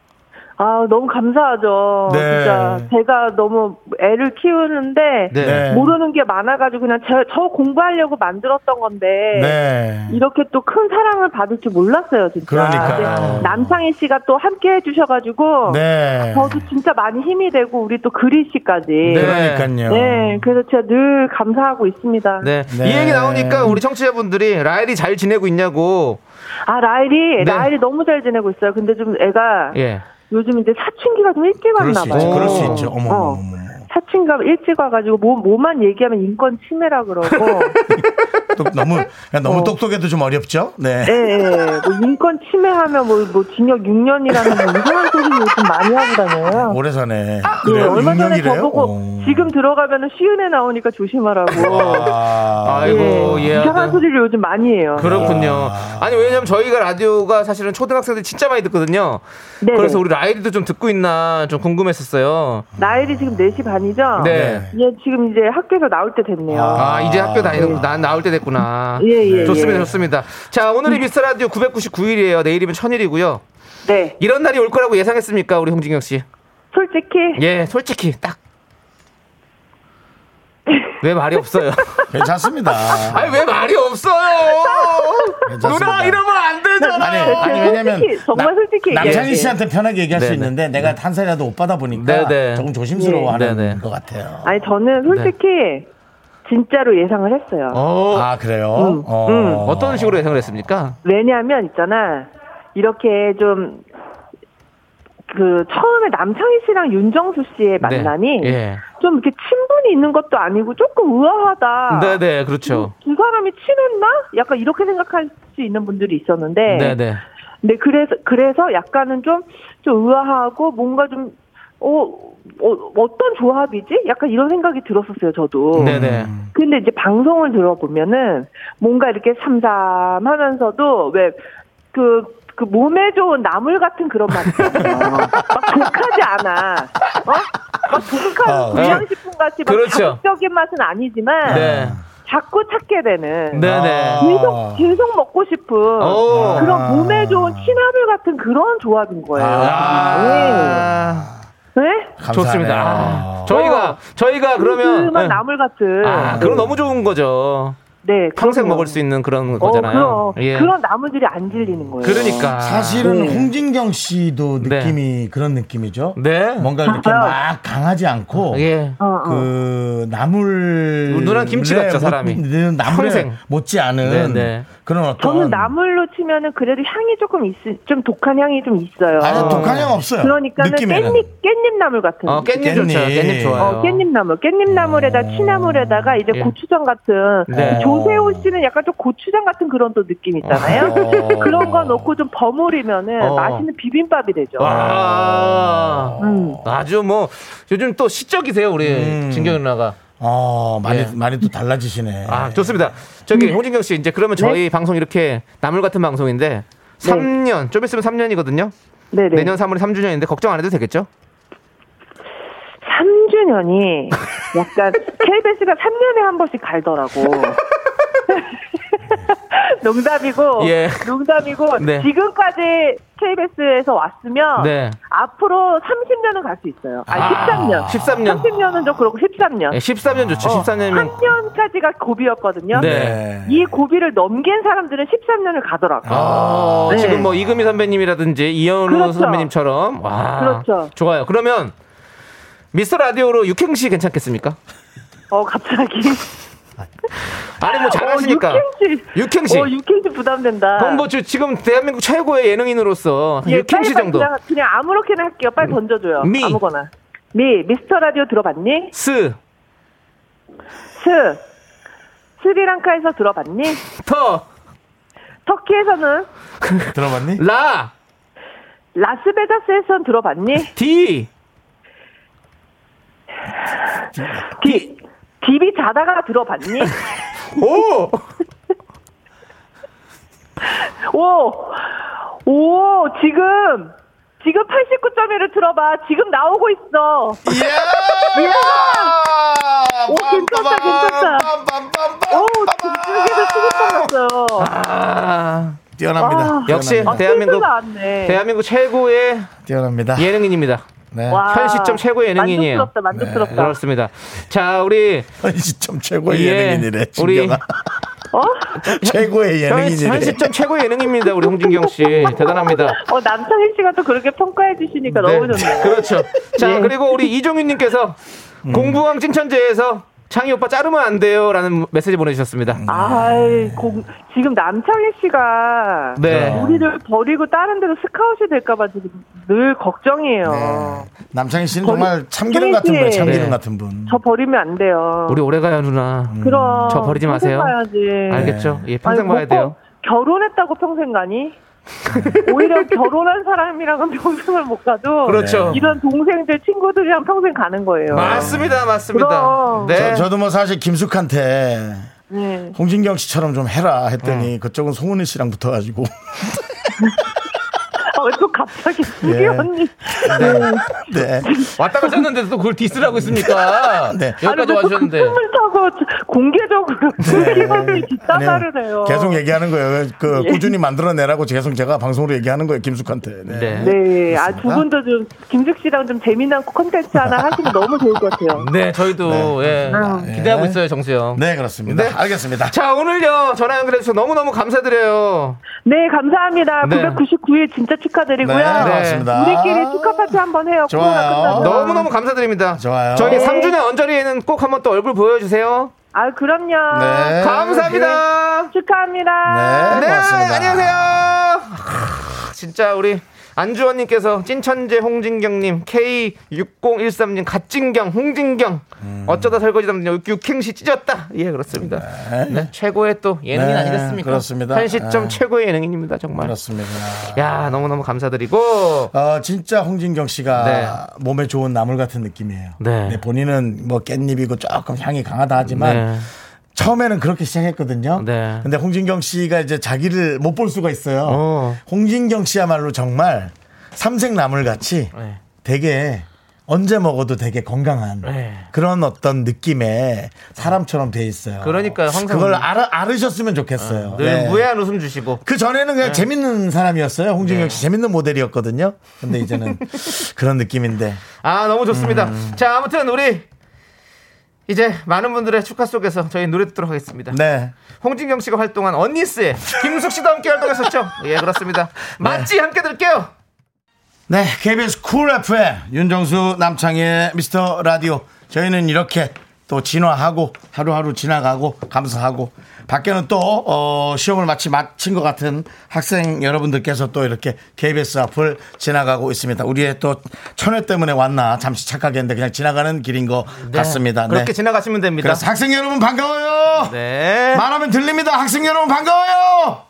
G: 아, 너무 감사하죠.
A: 네.
G: 진짜 제가 너무 애를 키우는데
C: 네.
A: 네.
G: 모르는 게 많아가지고 그냥 저, 저 공부하려고 만들었던 건데
A: 네.
G: 이렇게 또 큰 사랑을 받을 줄 몰랐어요, 진짜.
A: 그러니까요.
G: 근데 남창희 씨가 또 함께 해주셔가지고
A: 네.
G: 저도 진짜 많이 힘이 되고 우리 또 그리 씨까지.
A: 그러니까요.
G: 네, 그래서 제가 늘 감사하고 있습니다.
C: 네.
A: 네.
C: 이 얘기 나오니까 우리 청취자분들이 라엘이 잘 지내고 있냐고.
G: 아, 라일이,
C: 네.
G: 라일이 너무 잘 지내고 있어요. 근데 좀 애가
C: 예.
G: 요즘 이제 사춘기가 좀 일찍
A: 그럴
G: 왔나
A: 수
G: 봐요.
A: 있죠. 그럴 수
C: 오.
A: 있죠. 어머,
G: 어.
A: 어머, 어머, 어머.
G: 사춘기가 일찍 와가지고 뭐, 뭐만 얘기하면 인권 침해라 그러고
A: 또 너무 너무
G: 어.
A: 똑똑해도 좀 어렵죠. 네.
G: 예, 예, 뭐 인권 침해하면 뭐, 뭐 징역 6년이라는 뭐 이상한 소리 요즘 많이 하고 다녀요.
A: 오래 전에
G: 예, 얼마 전에
A: 6년이래요?
G: 저보고
A: 어.
G: 지금 들어가면 은 쉬운 애 나오니까 조심하라고.
A: 아,
C: 아이고,
G: 예,
C: 예.
G: 이상한 소리를 요즘 많이 해요.
C: 그렇군요. 아니 왜냐면 저희가 라디오가 사실은 초등학생들이 진짜 많이 듣거든요.
G: 네.
C: 그래서 우리 라이리도 좀 듣고 있나 좀 궁금했었어요.
G: 나일이 지금 4시 반이죠?
C: 네.
G: 얘 지금 이제 학교에서 나올 때 됐네요.
C: 아, 이제 학교 다니는
G: 예.
C: 난 나올 때 됐구나.
G: 예, 예,
C: 좋습니다,
G: 예.
C: 좋습니다. 자, 오늘이 미스터 라디오 999일이에요. 내일이면 1000일이고요.
G: 네.
C: 이런 날이 올 거라고 예상했습니까, 우리 홍진경 씨?
G: 솔직히
C: 예, 솔직히 딱 왜 말이 없어요?
A: 괜찮습니다.
C: 아니 왜 말이 없어요?
A: 괜찮습니다.
C: 누나 이러면 안
A: 아니,
C: 되잖아요.
A: 아니 왜냐면
G: 솔직히, 정말
A: 나-
G: 솔직히
A: 네. 남창희
G: 얘기해.
A: 씨한테 편하게 얘기할 수
C: 네네.
A: 있는데 내가 한 살이라도 오빠다 보니까
C: 네, 네.
A: 조금 조심스러워하는
C: 네, 네.
A: 것 같아요.
G: 아니 저는 솔직히 진짜로 예상을 했어요.
C: 어,
A: 아 그래요?
G: 음,
A: 어.
G: 음.
C: 어떤 식으로 예상을 했습니까?
G: 왜냐하면 있잖아 이렇게 좀. 그 처음에 남창희 씨랑 윤정수 씨의 만남이
C: 네. 예.
G: 좀 이렇게 친분이 있는 것도 아니고 조금 의아하다.
C: 네네 그렇죠.
G: 두 사람이 친했나? 약간 이렇게 생각할 수 있는 분들이 있었는데
C: 네네.
G: 네, 그래서, 그래서 약간은 좀, 좀 의아하고 뭔가 좀, 어, 어, 어떤 조합이지? 약간 이런 생각이 들었었어요, 저도.
C: 네네.
A: 음.
G: 근데 이제 방송을 들어보면은 뭔가 이렇게 삼삼하면서도 왜 그, 그 몸에 좋은 나물 같은 그런 맛이 있잖아요. 막 독하지 않아. 어? 막
A: 어.
G: 독한 불량식품 같이 막
C: 아, 네. 그렇죠.
G: 자극적인 맛은 아니지만
C: 네.
G: 자꾸 찾게 되는
C: 네네.
G: 계속 계속 먹고 싶은
C: 오.
G: 그런 몸에 좋은 치나물 같은 그런 조합인 거예요.
C: 아,
G: 네?
A: 감사하네요.
C: 좋습니다. 아, 저희가 저희가 그러면
G: 만
C: 네.
G: 나물 같은.
C: 아, 그럼 너무 좋은 거죠.
G: 네,
C: 평생
G: 그럼요.
C: 먹을 수 있는 그런
G: 어,
C: 거잖아요.
G: 그럼.
C: 예.
G: 그런 나물들이 안 질리는 거예요.
C: 그러니까
A: 아.
G: 음.
A: 사실은 홍진경 씨도
C: 네.
A: 느낌이 그런 느낌이죠.
C: 네.
G: 아,
A: 뭔가 이렇게 막 강하지 않고
C: 예.
G: 어, 어.
A: 그 나물 네, 뭐,
C: 누나는 김치 같죠, 사람이.
A: 나물에
C: 평생.
A: 못지 않은
C: 네, 네.
A: 그런 어떤
G: 저는 나물로 치면은 그래도 향이 조금 있, 좀 독한 향이 좀 있어요.
A: 아니 독한 향 없어요.
G: 그러니까는
A: 느낌에는.
G: 깻잎 깻잎 나물 같은.
C: 어, 깻잎,
A: 깻잎.
C: 좋죠. 깻잎 좋아요.
G: 어, 깻잎 나물, 깻잎 나물에다 치나물에다가 이제
C: 예.
G: 고추장 같은
C: 네.
G: 조세호 씨는 약간 좀 고추장 같은 그런 또 느낌 있잖아요.
A: 어.
G: 그런 거 넣고 좀 버무리면은
C: 어.
G: 맛있는 비빔밥이 되죠.
C: 와.
G: 음.
C: 아주 뭐 요즘 또 시적이세요, 우리
A: 음.
C: 진경 누나가.
A: 어 많이
C: 예.
A: 많이 또 달라지시네.
C: 아, 좋습니다. 저기
G: 음.
C: 홍진경 씨 이제 그러면
G: 네.
C: 저희 방송 이렇게 나물 같은 방송인데 3년 좀 있으면 3년이거든요.
G: 네네.
C: 내년 3월에 3주년인데 걱정 안 해도 되겠죠?
G: 3주년이 약간 KBS가 3년에 한 번씩 갈더라고. 농담이고,
C: 예.
G: 농담이고,
C: 네.
G: 지금까지 KBS에서 왔으면,
C: 네.
G: 앞으로 30년은 갈 수 있어요. 아니,
C: 아,
G: 13년.
C: 13년.
G: 30년은 좀 그렇고, 13년.
C: 예, 13년 좋죠.
G: 아.
C: 13년이면
G: 3년까지가 고비였거든요.
A: 예.
C: 네.
G: 이 고비를 넘긴 사람들은 13년을 가더라고. 요
C: 어,
G: 네.
C: 지금 뭐 이금희 선배님이라든지 이현우
G: 그렇죠.
C: 선배님처럼 와.
G: 그렇죠.
C: 좋아요. 그러면 미스터 라디오로 육행시 괜찮겠습니까?
G: 어, 갑자기.
C: 아니 뭐 잘하시니까.
G: 어, 육행시.
C: 육행시.
G: 어, 육행시 부담된다.
C: 그럼 뭐 지- 지금 대한민국 최고의 예능인으로서
G: 예, 빨리 빨리
C: 육행시 정도. 음.
G: 그냥, 그냥 아무렇게나 할게요. 빨리 던져줘요.
C: 미.
G: 아무거나. 미 미스터 라디오 들어봤니?
C: 스,
G: 스 스리랑카에서 들어봤니?
C: 터,
G: 터키에서는
A: 들어봤니?
C: 라,
G: 라스베가스에서는 들어봤니?
C: 디,
G: 디 디비 자다가 들어봤니?
C: 오!
G: 오 오, 지금 지금 89.1을 들어봐. 지금 나오고 있어.
A: 이야!
C: 예!
G: 오, 괜찮다, 괜찮다. 오, 집중해서 수급받았어요.
C: 아,
A: 뛰어납니다.
C: 역시
G: 아,
C: 대한민국-
G: 실수 나왔네.
C: 대한민국 최고의
A: 뛰어납니다.
C: 예능인입니다.
A: 네.
G: 와,
C: 현 시점 최고의 예능인이에요. 네,
G: 만족스럽다, 만족스럽다.
C: 그렇습니다. 자, 우리
A: 아니, 점 최고의
C: 예,
A: 예능인이래.
C: 우리
A: 진경아.
G: 어?
A: 최고의
C: 현,
A: 예능인이래.
C: 현 시점 최고의 예능입니다. 우리 홍진경 씨 대단합니다.
G: 어, 남창희 씨가 또 그렇게 평가해 주시니까
C: 네,
G: 너무 좋네요. 예.
C: 그렇죠. 자, 그리고 우리 이종윤님께서
A: 음.
C: 공부왕 찐천재에서 창희 오빠 자르면 안 돼요라는 메시지 보내주셨습니다.
A: 음.
G: 아이, 공, 지금 남창희 씨가
C: 네.
G: 우리를 버리고 다른 데로 스카웃이 될까봐 지금 늘 걱정이에요.
A: 네. 남창희 씨는
G: 거기-
A: 정말 참기름 같은 분,
G: 거기-
A: 참기름
C: 네.
A: 같은 분.
G: 저 버리면 안 돼요.
C: 우리 오래 가요 누나.
G: 그럼
C: 저 버리지
G: 평생
C: 마세요.
G: 가야지.
A: 음.
C: 알겠죠?
A: 네.
C: 예,
G: 아니,
C: 평생 봐야
G: 뭐 꼭
C: 돼요.
G: 결혼했다고 평생 가니? 오히려 결혼한 사람이랑은 평생을 못 가도
C: 그렇죠.
G: 이런 동생들 친구들이랑 평생 가는 거예요.
C: 맞습니다, 맞습니다.
G: 그럼.
C: 네.
A: 저, 도뭐 사실 김숙한테
G: 네.
A: 홍진경 씨처럼 좀 해라
C: 음.
A: 했더니 그쪽은 송은희 씨랑 붙어가지고
G: 아, 왜또 갑자기 우리
A: 예.
G: 언니
A: 네.
C: 왔다 가셨는데도 그걸 디스를 하고 있습니까?
A: 네.
C: 여기까지
G: 아니, 왜또
C: 네. 와주셨는데.
G: 그 춤을 타고 그러고 공개적으로 슬기버들 뒷담화를
A: 아니요.
G: 해요.
A: 네. 계속 얘기하는 거예요. 그 꾸준히 만들어내라고 계속 제가 방송으로 얘기하는 거예요. 김숙한테. 네.
C: 네.
G: 네, 아 두 분도 좀 김숙 씨랑 좀 재미난 콘텐츠 하나 하시면 너무 좋을 것 같아요.
C: 네, 저희도 예, 기대하고 있어요, 정수영.
A: 네, 그렇습니다.
C: 네.
A: 알겠습니다.
C: 자, 오늘요 전화 연결해서 너무 너무 감사드려요.
G: 네, 감사합니다.
C: 네.
G: 999일 진짜
A: 네,
G: 축하드리고요.
A: 고맙습니다.
G: 우리끼리 축하 파티 한번 해요.
A: 좋아요.
G: 코로나 끝나고.
C: 너무 너무 감사드립니다.
A: 좋아요.
C: 저희
A: 네.
C: 3주년 언저리에는 꼭 한번 또 얼굴 보여주세요.
G: 아, 그럼요.
A: 네.
C: 감사합니다.
G: 축하합니다.
A: 네,
C: 네,
A: 고맙습니다.
C: 안녕하세요. 아, 진짜 우리 안주원님께서 찐천재 홍진경님, K6013님, 갓진경, 홍진경.
A: 음.
C: 어쩌다 설거지 담당 육행시 찢었다. 예, 그렇습니다. 네. 최고의 또 예능인
A: 네,
C: 아니겠습니까?
A: 그렇습니다.
C: 한 시점
A: 네.
C: 최고의 예능인입니다, 정말.
A: 그렇습니다.
C: 야, 너무너무 감사드리고.
A: 어, 진짜 홍진경 씨가
C: 네.
A: 몸에 좋은 나물 같은 느낌이에요.
C: 네.
A: 본인은 뭐 깻잎이고 조금 향이 강하다 하지만
C: 네.
A: 처음에는 그렇게 시작했거든요.
C: 네.
A: 근데 홍진경 씨가 이제 자기를 못 볼 수가 있어요.
C: 어.
A: 홍진경 씨야말로 정말 삼색 나물 같이
C: 네.
A: 되게 언제 먹어도 되게 건강한
C: 네.
A: 그런 어떤 느낌의 사람처럼 돼 있어요.
C: 그러니까요, 항상.
A: 그걸 알아, 알으셨으면 좋겠어요.
C: 늘
A: 네.
C: 무해한 웃음 주시고.
A: 그 전에는 그냥 재밌는 사람이었어요. 홍진경 씨 재밌는 모델이었거든요. 근데 이제는 그런 느낌인데.
C: 아, 너무 좋습니다.
A: 음.
C: 자, 아무튼 우리 이제 많은 분들의 축하 속에서 저희 노래 듣도록 하겠습니다.
A: 네.
C: 홍진경 씨가 활동한 언니스에 김숙 씨도 함께 활동했었죠. 예, 그렇습니다. 맞지 함께 들게요.
A: 네, KBS 쿨 FM 윤정수 남창의 미스터 라디오 저희는 이렇게 또 진화하고 하루하루 지나가고 감사하고 밖에는 또 어, 시험을 마치 마친 것 같은 학생 여러분들께서 또 이렇게 KBS 앞을 지나가고 있습니다. 우리의 또 천회 때문에 왔나 잠시 착하게 했는데 그냥 지나가는 길인 것 같습니다.
C: 그렇게
A: 네.
C: 지나가시면 됩니다.
A: 그래서 학생 여러분 반가워요.
C: 네.
A: 말하면 들립니다. 학생 여러분 반가워요.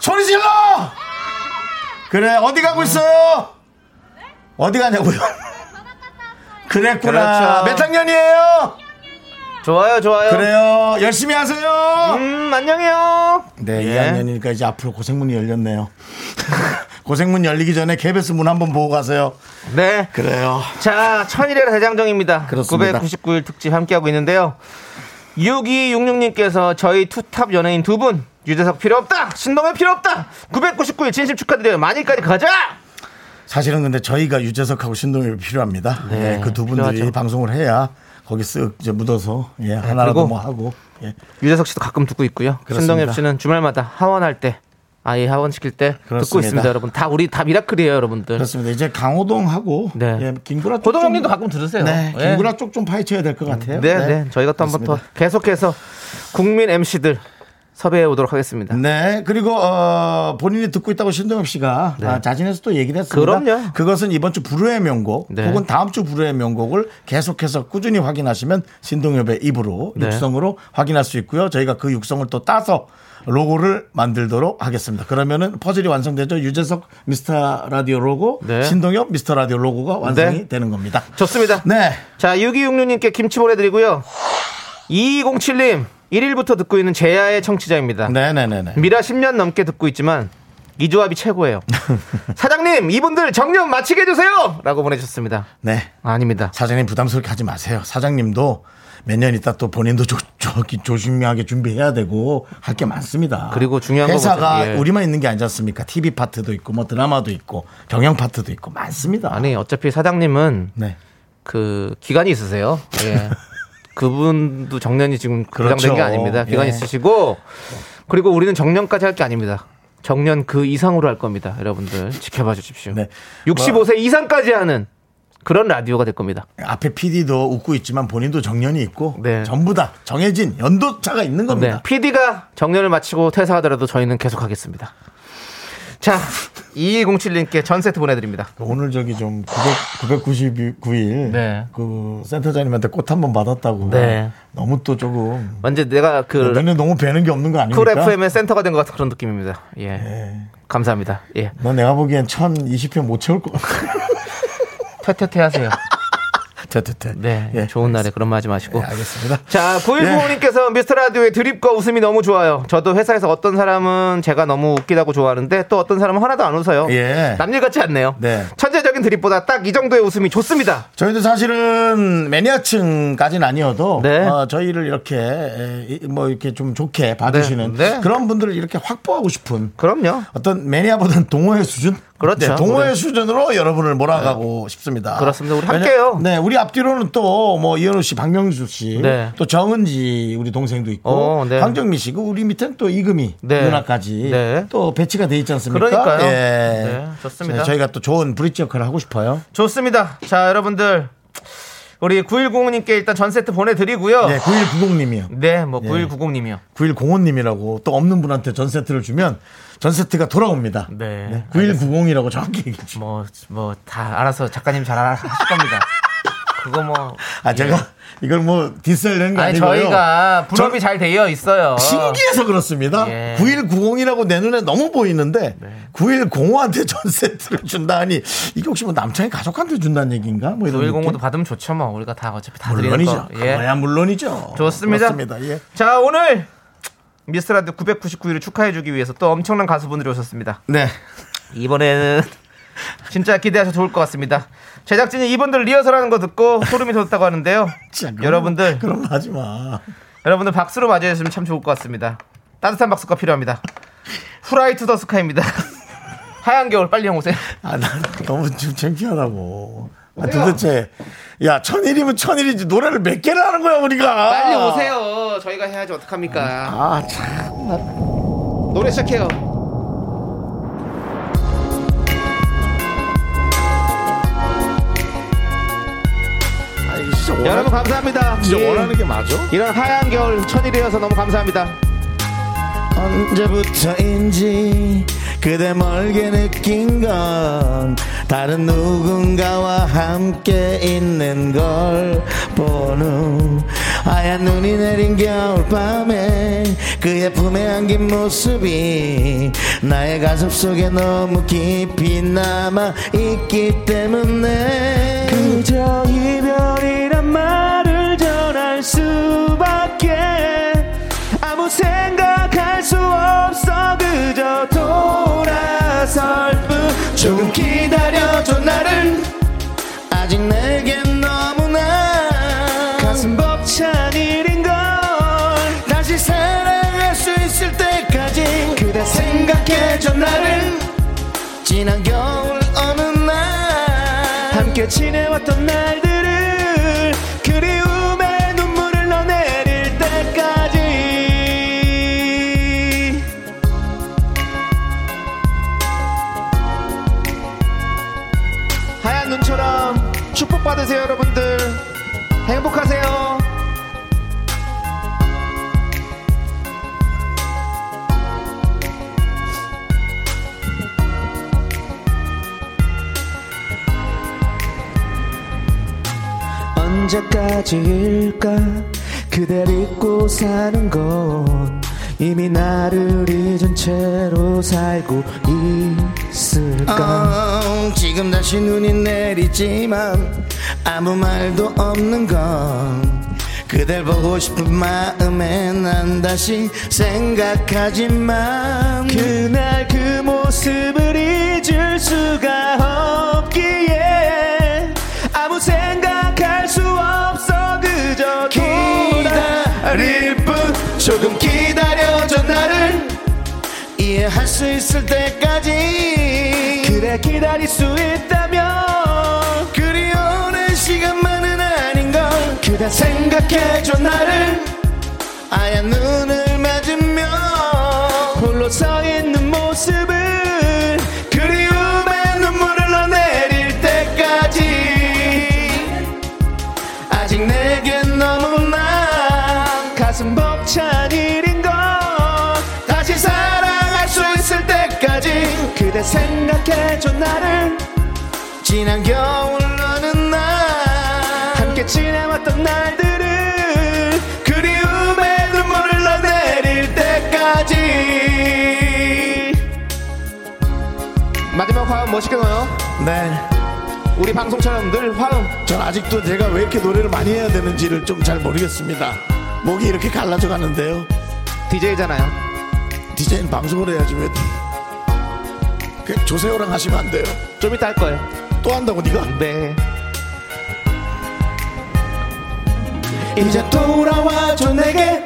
A: 소리 질러. 그래 어디 가고 있어요? 어디 가냐고요? 그랬구나.
C: 그렇죠.
A: 몇 학년이에요?
C: 좋아요, 좋아요.
A: 그래요. 열심히 하세요.
C: 음, 안녕해요.
A: 네,
C: 예.
A: 2학년이니까 이제 앞으로 고생문이 열렸네요. 고생문 열리기 전에 KBS 문 한번 보고 가세요.
C: 네.
A: 그래요.
C: 자, 천일의 대장정입니다.
A: 그렇습니다.
C: 999일 특집 함께하고 있는데요. 6266님께서 저희 투탑 연예인 두 분, 유재석 필요 없다! 신동엽 필요 없다! 999일 진심 축하드려요. 만일까지 가자!
A: 사실은 근데 저희가 유재석하고 신동엽이 필요합니다.
C: 네,
A: 예, 그 두 분들이
C: 필요하죠.
A: 방송을 해야 거기 쓱 이제 묻어서 예, 하나라도
C: 그리고
A: 뭐 하고 예.
C: 유재석 씨도 가끔 듣고 있고요.
A: 그렇습니다.
C: 신동엽 씨는 주말마다 하원할 때, 아이 하원시킬 때 듣고
A: 그렇습니다.
C: 있습니다, 여러분. 다 우리 다 미라클이에요, 여러분들.
A: 그렇습니다. 이제 강호동하고
C: 네.
A: 예, 김구라 쪽
C: 고동
A: 좀-
C: 형님도 가끔 들으세요.
A: 네,
C: 예.
A: 김구라 쪽 좀 파헤쳐야 될 것 같아요.
C: 네, 네. 저희가 또 한 번 더
A: 그렇습니다.
C: 계속해서 국민 MC들 섭외해 오도록 하겠습니다.
A: 네, 그리고 어, 본인이 듣고 있다고 신동엽 씨가 아, 자진해서 또 얘기를 했습니다.
C: 네. 그럼요.
A: 그것은 이번 주 불후의 명곡
C: 네.
A: 혹은 다음 주 불후의 명곡을 계속해서 꾸준히 확인하시면 신동엽의 입으로
C: 네.
A: 육성으로 확인할 수 있고요. 저희가 그 육성을 또 따서 로고를 만들도록 하겠습니다. 그러면은 퍼즐이 완성되죠. 유재석 미스터 라디오 로고,
C: 네.
A: 신동엽 미스터 라디오 로고가 완성이
C: 네.
A: 되는 겁니다.
C: 좋습니다.
A: 네.
C: 자, 6266님께 김치 보내드리고요. 2207님, 1일부터 듣고 있는 제야의 청취자입니다.
A: 네네네네.
C: 미라 10년 넘게 듣고 있지만, 이 조합이 최고예요. 사장님, 이분들 정년 마치게 해주세요! 라고 보내주셨습니다.
A: 네.
C: 아닙니다.
A: 사장님 부담스럽게 하지 마세요. 사장님도 몇 년 있다 또 본인도 조, 저기 조심하게 준비해야 되고 할 게 많습니다.
C: 그리고 중요한 거
A: 회사가
C: 보세요. 예.
A: 우리만 있는 게 아니지 않습니까? TV 파트도 있고 뭐 드라마도 있고 경영 파트도 있고 많습니다.
C: 아니, 어차피 사장님은
A: 네.
C: 그 기간이 있으세요. 예. 그분도 정년이 지금
A: 그렇죠.
C: 보장된 게 아닙니다. 기간이
A: 예.
C: 있으시고 그리고 우리는 정년까지 할 게 아닙니다. 정년 그 이상으로 할 겁니다. 여러분들 지켜봐 주십시오.
A: 네.
C: 65세 이상까지 하는 그런 라디오가 될 겁니다.
A: 앞에 PD도 웃고 있지만 본인도 정년이 있고
C: 네.
A: 전부 다 정해진 연도차가 있는
C: 네.
A: 겁니다.
C: PD가 정년을 마치고 퇴사하더라도 저희는 계속하겠습니다. 자, 2207님께 전 세트 보내드립니다.
A: 그 오늘 저기 좀 900, 999일
C: 네.
A: 그 센터장님한테 꽃 한 번 받았다고
C: 네.
A: 너무 또 조금
C: 완전 내가 그
A: 눈에 너무 뵈는 게 없는 거 아닙니까? 네.
C: 쿨 FM의 센터가 된 것 같은 그런 느낌입니다. 예. 감사합니다. 예.
A: 넌 내가 보기엔 1020편 못 채울 것 같아.
C: 퇴퇴퇴 하세요.
A: 대퇴퇴.
C: 네.
A: 예.
C: 좋은 날에 그런 말 하지 마시고.
A: 네, 알겠습니다.
C: 자, 9195님께서 미스터 라디오의 드립과 웃음이 너무 좋아요. 저도 회사에서 어떤 사람은 제가 너무 웃기다고 좋아하는데 또 어떤 사람은 하나도 안 웃어요.
A: 예.
C: 남일 같지 않네요.
A: 네.
C: 천재적인 드립보다 딱 이 정도의 웃음이 좋습니다.
A: 저희도 사실은 매니아층까지는 아니어도
C: 네.
A: 어, 저희를 이렇게 에, 이- 뭐 이렇게 좀 좋게 봐주시는
C: 네.
A: 그런 분들을 이렇게 확보하고 싶은
C: 그럼요.
A: 어떤 매니아보다는 동호회 수준?
C: 그렇죠.
A: 네, 동호회
C: 우리. 네.
A: 수준으로 여러분을 몰아가고 싶습니다.
C: 그렇습니다. 우리
A: 왜냐-
C: 함께요.
A: 네, 우리 앞뒤로는 또 뭐 이현우 씨, 박명수 씨,
C: 네.
A: 또 정은지 우리 동생도 있고,
C: 어, 네.
A: 황정민 씨고 그 우리 밑에는 또 이금희
C: 네.
A: 누나까지
C: 네.
A: 또 배치가 돼 있지 않습니까?
C: 그러니까요.
A: 예.
C: 네, 좋습니다.
A: 자, 저희가 또 좋은 브릿지 역할을 하고 싶어요.
C: 좋습니다. 자, 여러분들. 우리 9105님께 일단 전 세트 보내드리고요.
A: 네, 9190님이요.
C: 네, 뭐 9190님이요.
A: 9105님이라고 또 없는 분한테 전 세트를 주면 전 세트가 돌아옵니다.
C: 네,
A: 9190이라고 정확히 얘기해 주
C: 뭐, 뭐, 다 알아서 작가님 잘 알아서 하실 겁니다. 그거 뭐.
A: 아, 제가 이걸 뭐 디스하려는 거
C: 예. 아니,
A: 아니고요.
C: 저희가 분업이
A: 전-
C: 잘 되어 있어요.
A: 아. 신기해서 그렇습니다.
C: 예. 네.
A: 9190이라고 내 눈에 너무 보이는데 9105한테 전 세트를 준다 하니 이게 혹시 뭐 남창이 가족한테 준다는 얘기인가? 뭐 이런
C: 9105도
A: 느낌?
C: 받으면 좋죠, 뭐. 우리가 다 어차피 다 드리는
A: 물론이죠.
C: 거. 예.
A: 그거야 물론이죠.
C: 좋습니다.
A: 그렇습니다. 예.
C: 자, 오늘 미스터라디오 999일을 축하해주기 위해서 또 엄청난 가수분들이 오셨습니다.
A: 네.
C: 이번에는 진짜 기대하셔도 좋을 것 같습니다. 제작진이 이분들 리허설하는 거 듣고 소름이 돋았다고 하는데요.
A: 진짜 그럼-
C: 여러분들,
A: 그럼 하지 마.
C: 여러분들 박수로 맞이해주시면 참 좋을 것 같습니다. 따뜻한 박수가 필요합니다. 후라이 투 더 스카입니다. 하얀 겨울 빨리 형 오세요.
A: 아, 난 너무 좀 창피하다고. 아, 도대체 야 천일이면 천일이지 노래를 몇 개를 하는 거야 우리가.
C: 빨리 오세요. 저희가 해야지 어떡합니까?
A: 아 참.
C: 노래 시작해요.
A: 아, 이게 진짜 원하-
C: 여러분 감사합니다.
A: 진짜
C: 예.
A: 원하는 게 맞아?
C: 이런 하얀 겨울 천일이어서 너무 감사합니다.
A: 언제부터인지 그대 멀게 느낀 건 다른 누군가와 함께 있는 걸 보는 하얀 눈이 내린 겨울밤에 그의 품에 안긴 모습이 나의 가슴 속에 너무 깊이 남아 있기 때문에
B: 그저 이별이란 말을 전할 수밖에 아무 생각할 수 없어 그저 돌아설 뿐 조금 기다려줘 나를
A: 아직 내겐 너무나
B: 가슴 벅찬 일인걸 다시 사랑할 수 있을 때까지 그대 생각해줘 나를
A: 지난 겨울 어느 날
B: 함께 지내왔던 날들을 그리움의 눈물을 너 내릴 때까지
C: 하얀 눈처럼 축복받으세요, 여러분들. 행복하세요.
B: 언제까지일까 그댈 잊고 사는 건 이미 나를 잊은 채로 살고 있을까
A: 어, 지금 다시 눈이 내리지만 아무 말도 없는 건 그댈 보고 싶은 마음에 난 다시 생각하지만
B: 그날 그 모습을 잊을 수가 없기에 아무 생각할 수 없어 그저 기다릴 뿐 조금 기다려줘 나를
A: 이해할 수 있을 때까지
B: 그래 기다릴 수 있다면
A: 그리우는 시간만은 아닌걸
B: 그대 생각해줘 나를
A: 하얀 눈을 맞으며
B: 홀로 서 있는 모습을 그리움의 눈물을 너 내릴 때까지 아직 내겐 너무나 가슴 벅찬 일인 걸 다시 사랑할 수 있을 때까지 그대 생각해줘 나를
A: 지난 겨울 어느 날
B: 함께 지내왔던 날들을 그리움의 눈물을 너 내릴 때까지
C: 마지막 화음 멋있게 넣어요.
A: 네.
C: 우리 방송처럼 늘 화음.
A: 전 아직도 제가 왜 이렇게 노래를 많이 해야 되는지를 좀 잘 모르겠습니다. 목이 이렇게 갈라져 가는데요.
C: DJ잖아요.
A: DJ는 방송을 해야지 왜. 그 조세호랑 하시면 안 돼요.
C: 좀 이따 할 거예요.
A: 또 한다고 네가
B: 네. 이제 돌아와줘 내게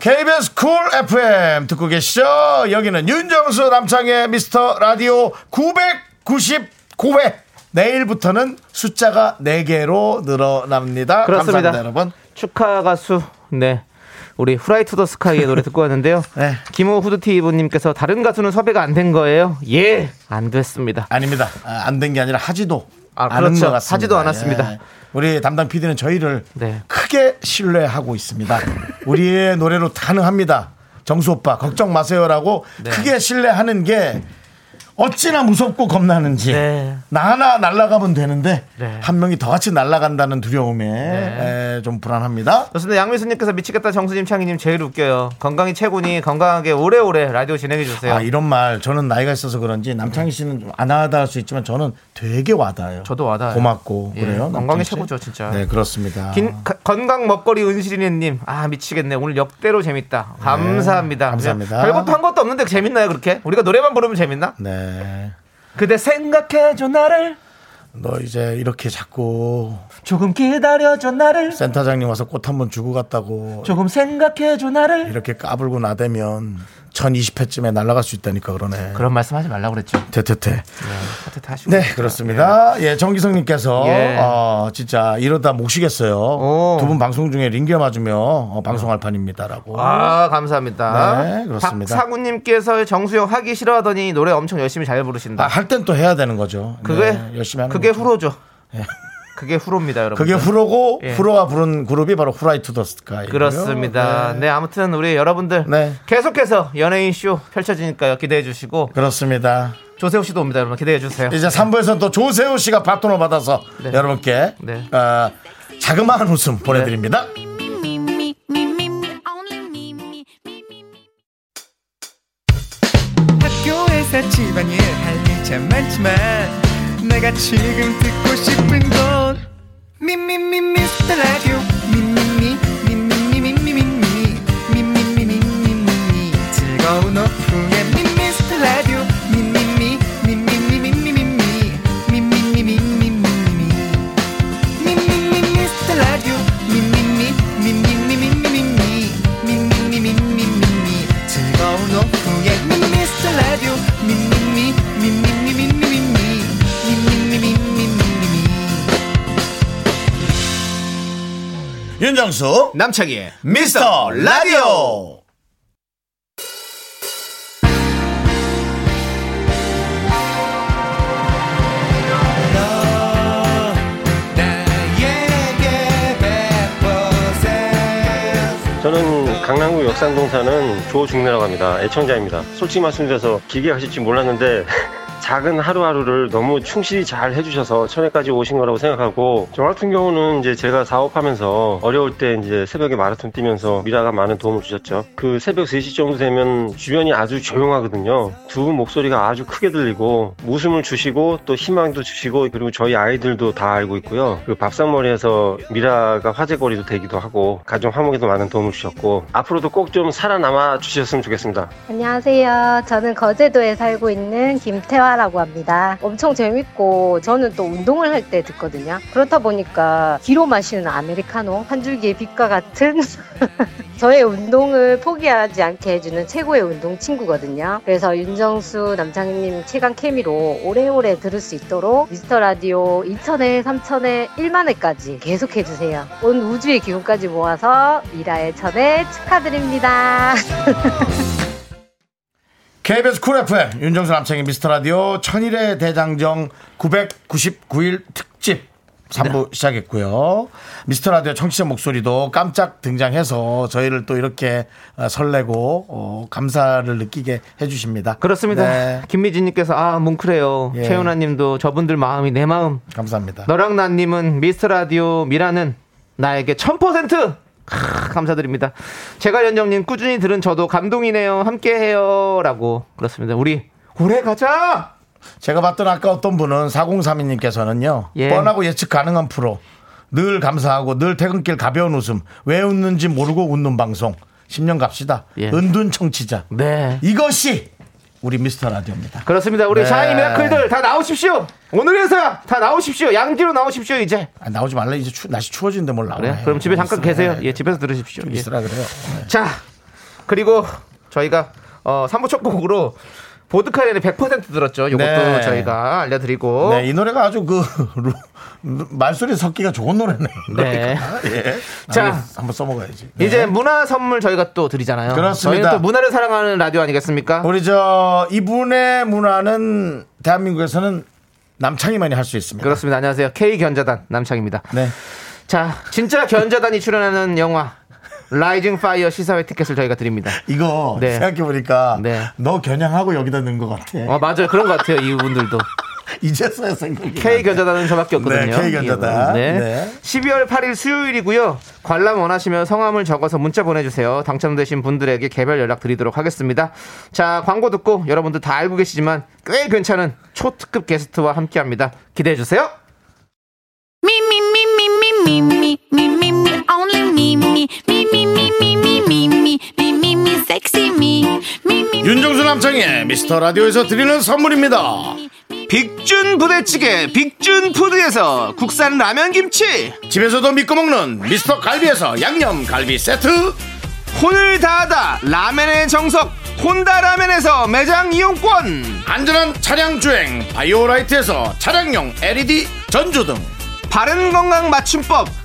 A: KBS 쿨 FM 듣고 계시죠? 여기는 윤정수 남창의 미스터 라디오 999회. 내일부터는 숫자가 4개로 늘어납니다.
C: 그렇습니다.
A: 감사합니다, 여러분.
C: 축하 가수 네 우리 후라이 투더 스카이의 노래 듣고 왔는데요.
A: 네.
C: 김호 후드티 이브님께서 다른 가수는 섭외가 안 된 거예요? 예, 안 됐습니다.
A: 아닙니다. 안 된 게 아니라 하지도
C: 아,
A: 않은
C: 그렇죠.
A: 것 같습니다.
C: 하지도 않았습니다.
A: 예. 우리 담당 PD는 저희를
C: 네.
A: 크게 신뢰하고 있습니다. 우리의 노래로 가능합니다. 정수 오빠 걱정 마세요라고
C: 네.
A: 크게 신뢰하는 게 어찌나 무섭고 겁나는지
C: 네.
A: 나 하나 날아가면 되는데
C: 네.
A: 한 명이 더 같이 날아간다는 두려움에 에, 좀 불안합니다.
C: 좋습니다. 양미수님께서 미치겠다 정수님 창희님 제일 웃겨요. 건강이 최고니 건강하게 오래오래 라디오 진행해 주세요. 네.
A: 아, 이런 말 저는 나이가 있어서 그런지 남창희 씨는 좀 안 하다 할 수 있지만 저는 되게 와닿아요.
C: 저도 와닿아요.
A: 고맙고
C: 예,
A: 그래요.
C: 건강이
A: 남창희 씨?
C: 최고죠, 진짜.
A: 네 그렇습니다.
C: 긴- 가- 건강 먹거리 은실이네님 아 미치겠네 오늘 역대로 재밌다 감사합니다
A: 네, 감사합니다.
C: 별것도 한 것도 없는데 재밌나요 그렇게 우리가 노래만 부르면 재밌나
A: 네.
C: 그대 생각해줘 나를
A: 너 이제 이렇게 자꾸
C: 조금 기다려줘 나를
A: 센터장님 와서 꽃 한 번 주고 갔다고
C: 조금 생각해줘 나를
A: 이렇게 까불고 나대면 1020회쯤에 날아갈 수 있다니까 그러네.
C: 그런 말씀하지 말라고 그랬죠
A: 대테테.
C: 하여튼 다시
A: 네, 그렇습니다. 예, 정기성님께서
C: 예.
A: 어, 진짜 이러다 못 쉬겠어요.
C: 오.
A: 두 분 방송 중에 링겨 맞으며 어, 방송할 판입니다라고.
C: 아 감사합니다
A: 네, 그렇습니다.
C: 박사구님께서 정수영 하기 싫어하더니 노래 엄청 열심히 잘 부르신다
A: 아, 할 땐 또 해야 되는 거죠.
C: 그게
A: 네, 열심히 하는
C: 그게
A: 거죠. 네.
C: 후로죠 그게 후로입니다 여러분
A: 그게 후로고
C: 예.
A: 후로가 부른 그룹이 바로 후라이 투 더 스카이.
C: 그렇습니다. 네. 아무튼 우리 여러분들
A: 네.
C: 계속해서 연예인 쇼 펼쳐지니까요. 기대해 주시고
A: 그렇습니다.
C: 조세호 씨도 옵니다. 여러분 기대해 주세요.
A: 이제 3부에서는 또 조세호 씨가 바톤을 받아서
C: 네.
A: 여러분께
C: 네.
A: 어, 자그마한 웃음 보내드립니다.
D: me, me, me, me, me, only me, me, me, me, me.
B: 학교에서 집안일 할 일 참 많지만 내가 지금 듣고 싶은 건 미미미 미스터 라디오 미미미 미미미 미미미 미미미 미미미 즐거운 오후에 미스터 라디오 미미미 미미미 미미미 미미미 미미미 미미미
A: 윤정수
C: 남창희의
A: 미스터 라디오
H: 저는 강남구 역삼동 사는 조중래라고 합니다. 애청자입니다. 솔직히 말씀드려서 길게 가실지 몰랐는데 작은 하루하루를 너무 충실히 잘 해주셔서 천혜까지 오신 거라고 생각하고 저 같은 경우는 이제 제가 사업하면서 어려울 때 이제 새벽에 마라톤 뛰면서 미라가 많은 도움을 주셨죠. 그 새벽 3시 정도 되면 주변이 아주 조용하거든요. 두 분 목소리가 아주 크게 들리고 웃음을 주시고 또 희망도 주시고 그리고 저희 아이들도 다 알고 있고요. 그 밥상머리에서 미라가 화제거리도 되기도 하고 가정 화목에도 많은 도움을 주셨고 앞으로도 꼭 좀 살아남아 주셨으면 좋겠습니다.
I: 안녕하세요. 저는 거제도에 살고 있는 김태화라고 합니다. 엄청 재밌고 저는 또 운동을 할 때 듣거든요. 그렇다 보니까 기로 마시는 아메리카노 한 줄기의 빛과 같은 저의 운동을 포기하지 않게 해주는 최고의 운동 친구거든요. 그래서 윤정수 남창희님 최강 케미로 오래오래 들을 수 있도록 미스터 라디오 2천회, 3천회, 1만회까지 계속 해주세요. 온 우주의 기운까지 모아서 미라의 천회 축하드립니다.
A: KBS 쿨 FM 윤정수 남창의 미스터 라디오 천일의 대장정 999일 특집
C: 네.
A: 3부 시작했고요. 미스터 라디오 청취자 목소리도 깜짝 등장해서 저희를 또 이렇게 어, 설레고 어, 감사를 느끼게 해주십니다.
C: 그렇습니다.
A: 네,
C: 김미진님께서 아 뭉클해요.
A: 예.
C: 최윤아님도 저분들 마음이 내 마음.
A: 감사합니다.
C: 너랑 나님은 미스터 라디오 미라는 나에게 1000% 크, 감사드립니다. 제가 연정님 꾸준히 들은 저도 감동이네요. 함께해요라고 그렇습니다. 우리 오래 가자.
A: 제가 봤던 아까 어떤 분은 4032님께서는요.
C: 예.
A: 뻔하고 예측 가능한 프로. 늘 감사하고 늘 퇴근길 가벼운 웃음. 왜 웃는지 모르고 웃는 방송. 10년 갑시다.
C: 예.
A: 은둔 청취자.
C: 네.
A: 이것이 우리 미스터 라디오입니다.
C: 그렇습니다. 우리
A: 네.
C: 샤이 미라클들 다 나오십시오. 오늘 회사 다 나오십시오. 양지로 나오십시오 이제.
A: 아, 나오지 말라 이제 추- 날씨 추워지는데 뭘 나오네.
C: 그래? 그럼 집에 잠깐
A: 미스터-
C: 계세요.
A: 네,
C: 예, 집에서 들으십시오. 예.
A: 미스터라 그래요. 네.
C: 자, 그리고 저희가 어 3부 첫 곡으로 보드카렌의 100% 들었죠. 요것도
A: 네.
C: 저희가 알려드리고.
A: 네, 이 노래가 아주 그 루- 루- 말소리 섞기가 좋은 노래네요.
C: 네.
A: 예.
C: 자.
A: 자, 한번 써먹어야지. 네.
C: 이제 문화 선물 저희가 또 드리잖아요.
A: 그렇습니다.
C: 저희는 또 문화를 사랑하는 라디오 아니겠습니까?
A: 우리 저 이분의 문화는 대한민국에서는 남창이만이 할 수 있습니다.
C: 그렇습니다. 안녕하세요. K 견자단 남창입니다.
A: 네.
C: 자, 진짜 견자단이 출연하는 영화 라이징 파이어 시사회 티켓을 저희가 드립니다.
A: 이거
C: 네.
A: 생각해보니까
C: 네.
A: 너 겨냥하고 여기다 넣은 것 같아.
C: 어, 맞아요. 그런 것 같아요. 이분들도.
A: 이제서야 생각이
C: K
A: 나네.
C: 견자단은 저밖에 없거든요.
A: 네, K 견자단.
C: 네.
A: 네.
C: 12월 8일 수요일이고요. 관람 원하시면 성함을 적어서 문자 보내주세요. 당첨되신 분들에게 개별 연락 드리도록 하겠습니다. 자, 광고 듣고 여러분들 다 알고 계시지만 꽤 괜찮은 초특급 게스트와 함께합니다. 기대해 주세요.
D: Me, me, me, me, me, me, me, me, me, me, only me, me, me, me, me, me, me, me, me, me, me, me, sexy me, me, me, me,
A: 윤정수 남창의 미스터 라디오에서 드리는 선물입니다.
C: 빅준 부대찌개 빅준푸드에서 국산 라면 김치
A: 집에서도 믿고 먹는 미스터 갈비에서 양념 갈비 세트.
C: 혼을 다하다 라면의 정석 혼다 라면에서 매장 이용권
A: 안전한 차량 주행 바이오라이트에서 차량용 LED 전조등.
C: 바른 건강 맞춤법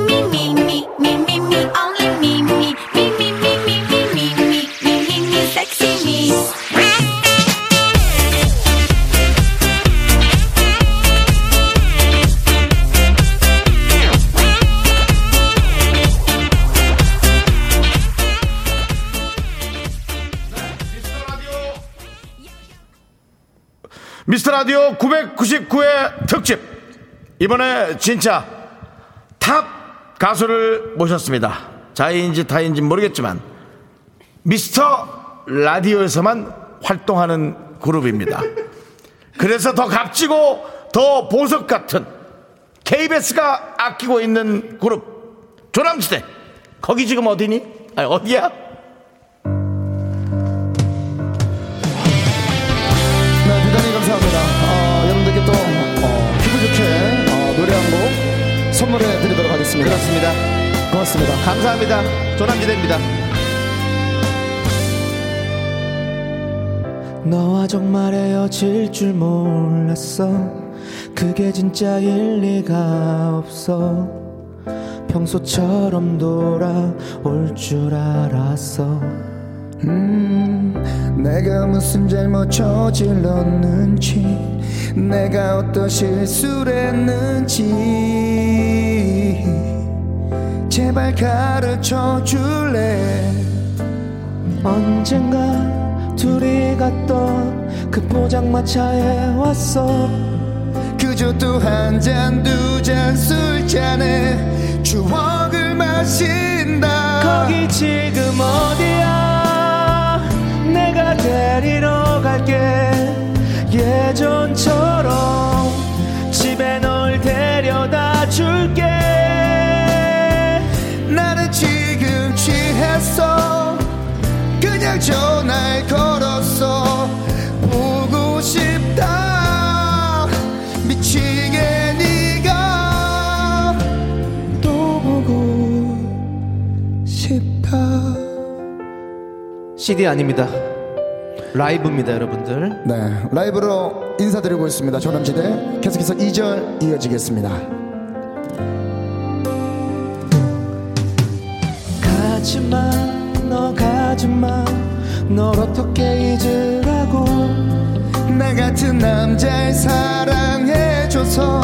D: me, me, me, me, me, me, only me, me, me, me, me, me, me, me, me, me, me, me, sexy me.
A: 미스터 라디오 999회 특집. 이번에 진짜 탑 가수를 모셨습니다. 자인지 타인지 모르겠지만 미스터 라디오에서만 활동하는 그룹입니다. 그래서 더 값지고 더 보석 같은 KBS가 아끼고 있는 그룹 조남지대. 거기 지금 어디니? 아니 어디야?
J: 네, 대단히 감사합니다. 어, 여러분들께 또 어, 기분 좋게 어, 노래 한 곡 선물해 드리도록 하겠습니다. 그렇습니다. 고맙습니다.
C: 감사합니다. 조남지대입니다.
B: 너와 정말 헤어질 줄 몰랐어 그게 진짜 일리가 없어 평소처럼 돌아올 줄 알았어
J: 내가 무슨 잘못 저질렀는지 내가 어떤 실수를 했는지 제발 가르쳐 줄래
B: 언젠가 둘이 갔던 그 포장마차에 왔어
J: 그저 또 한 잔 두 잔 술잔에 추억을 마신다
B: 거기 지금 어디야 내가 데리러 갈게 예전처럼 집에 널 데려다 줄게
J: 나는 지금 취했어 그냥 전화를 걸었어 보고 싶다 미치게 네가 또 보고 싶다
C: CD 아닙니다. 라이브입니다, 여러분들.
J: 네 라이브로 인사드리고 있습니다 조남지대 계속해서 2절 이어지겠습니다
B: 가지마 너 가지마 널 어떻게 잊으라고 나 같은 남자를 사랑해줘서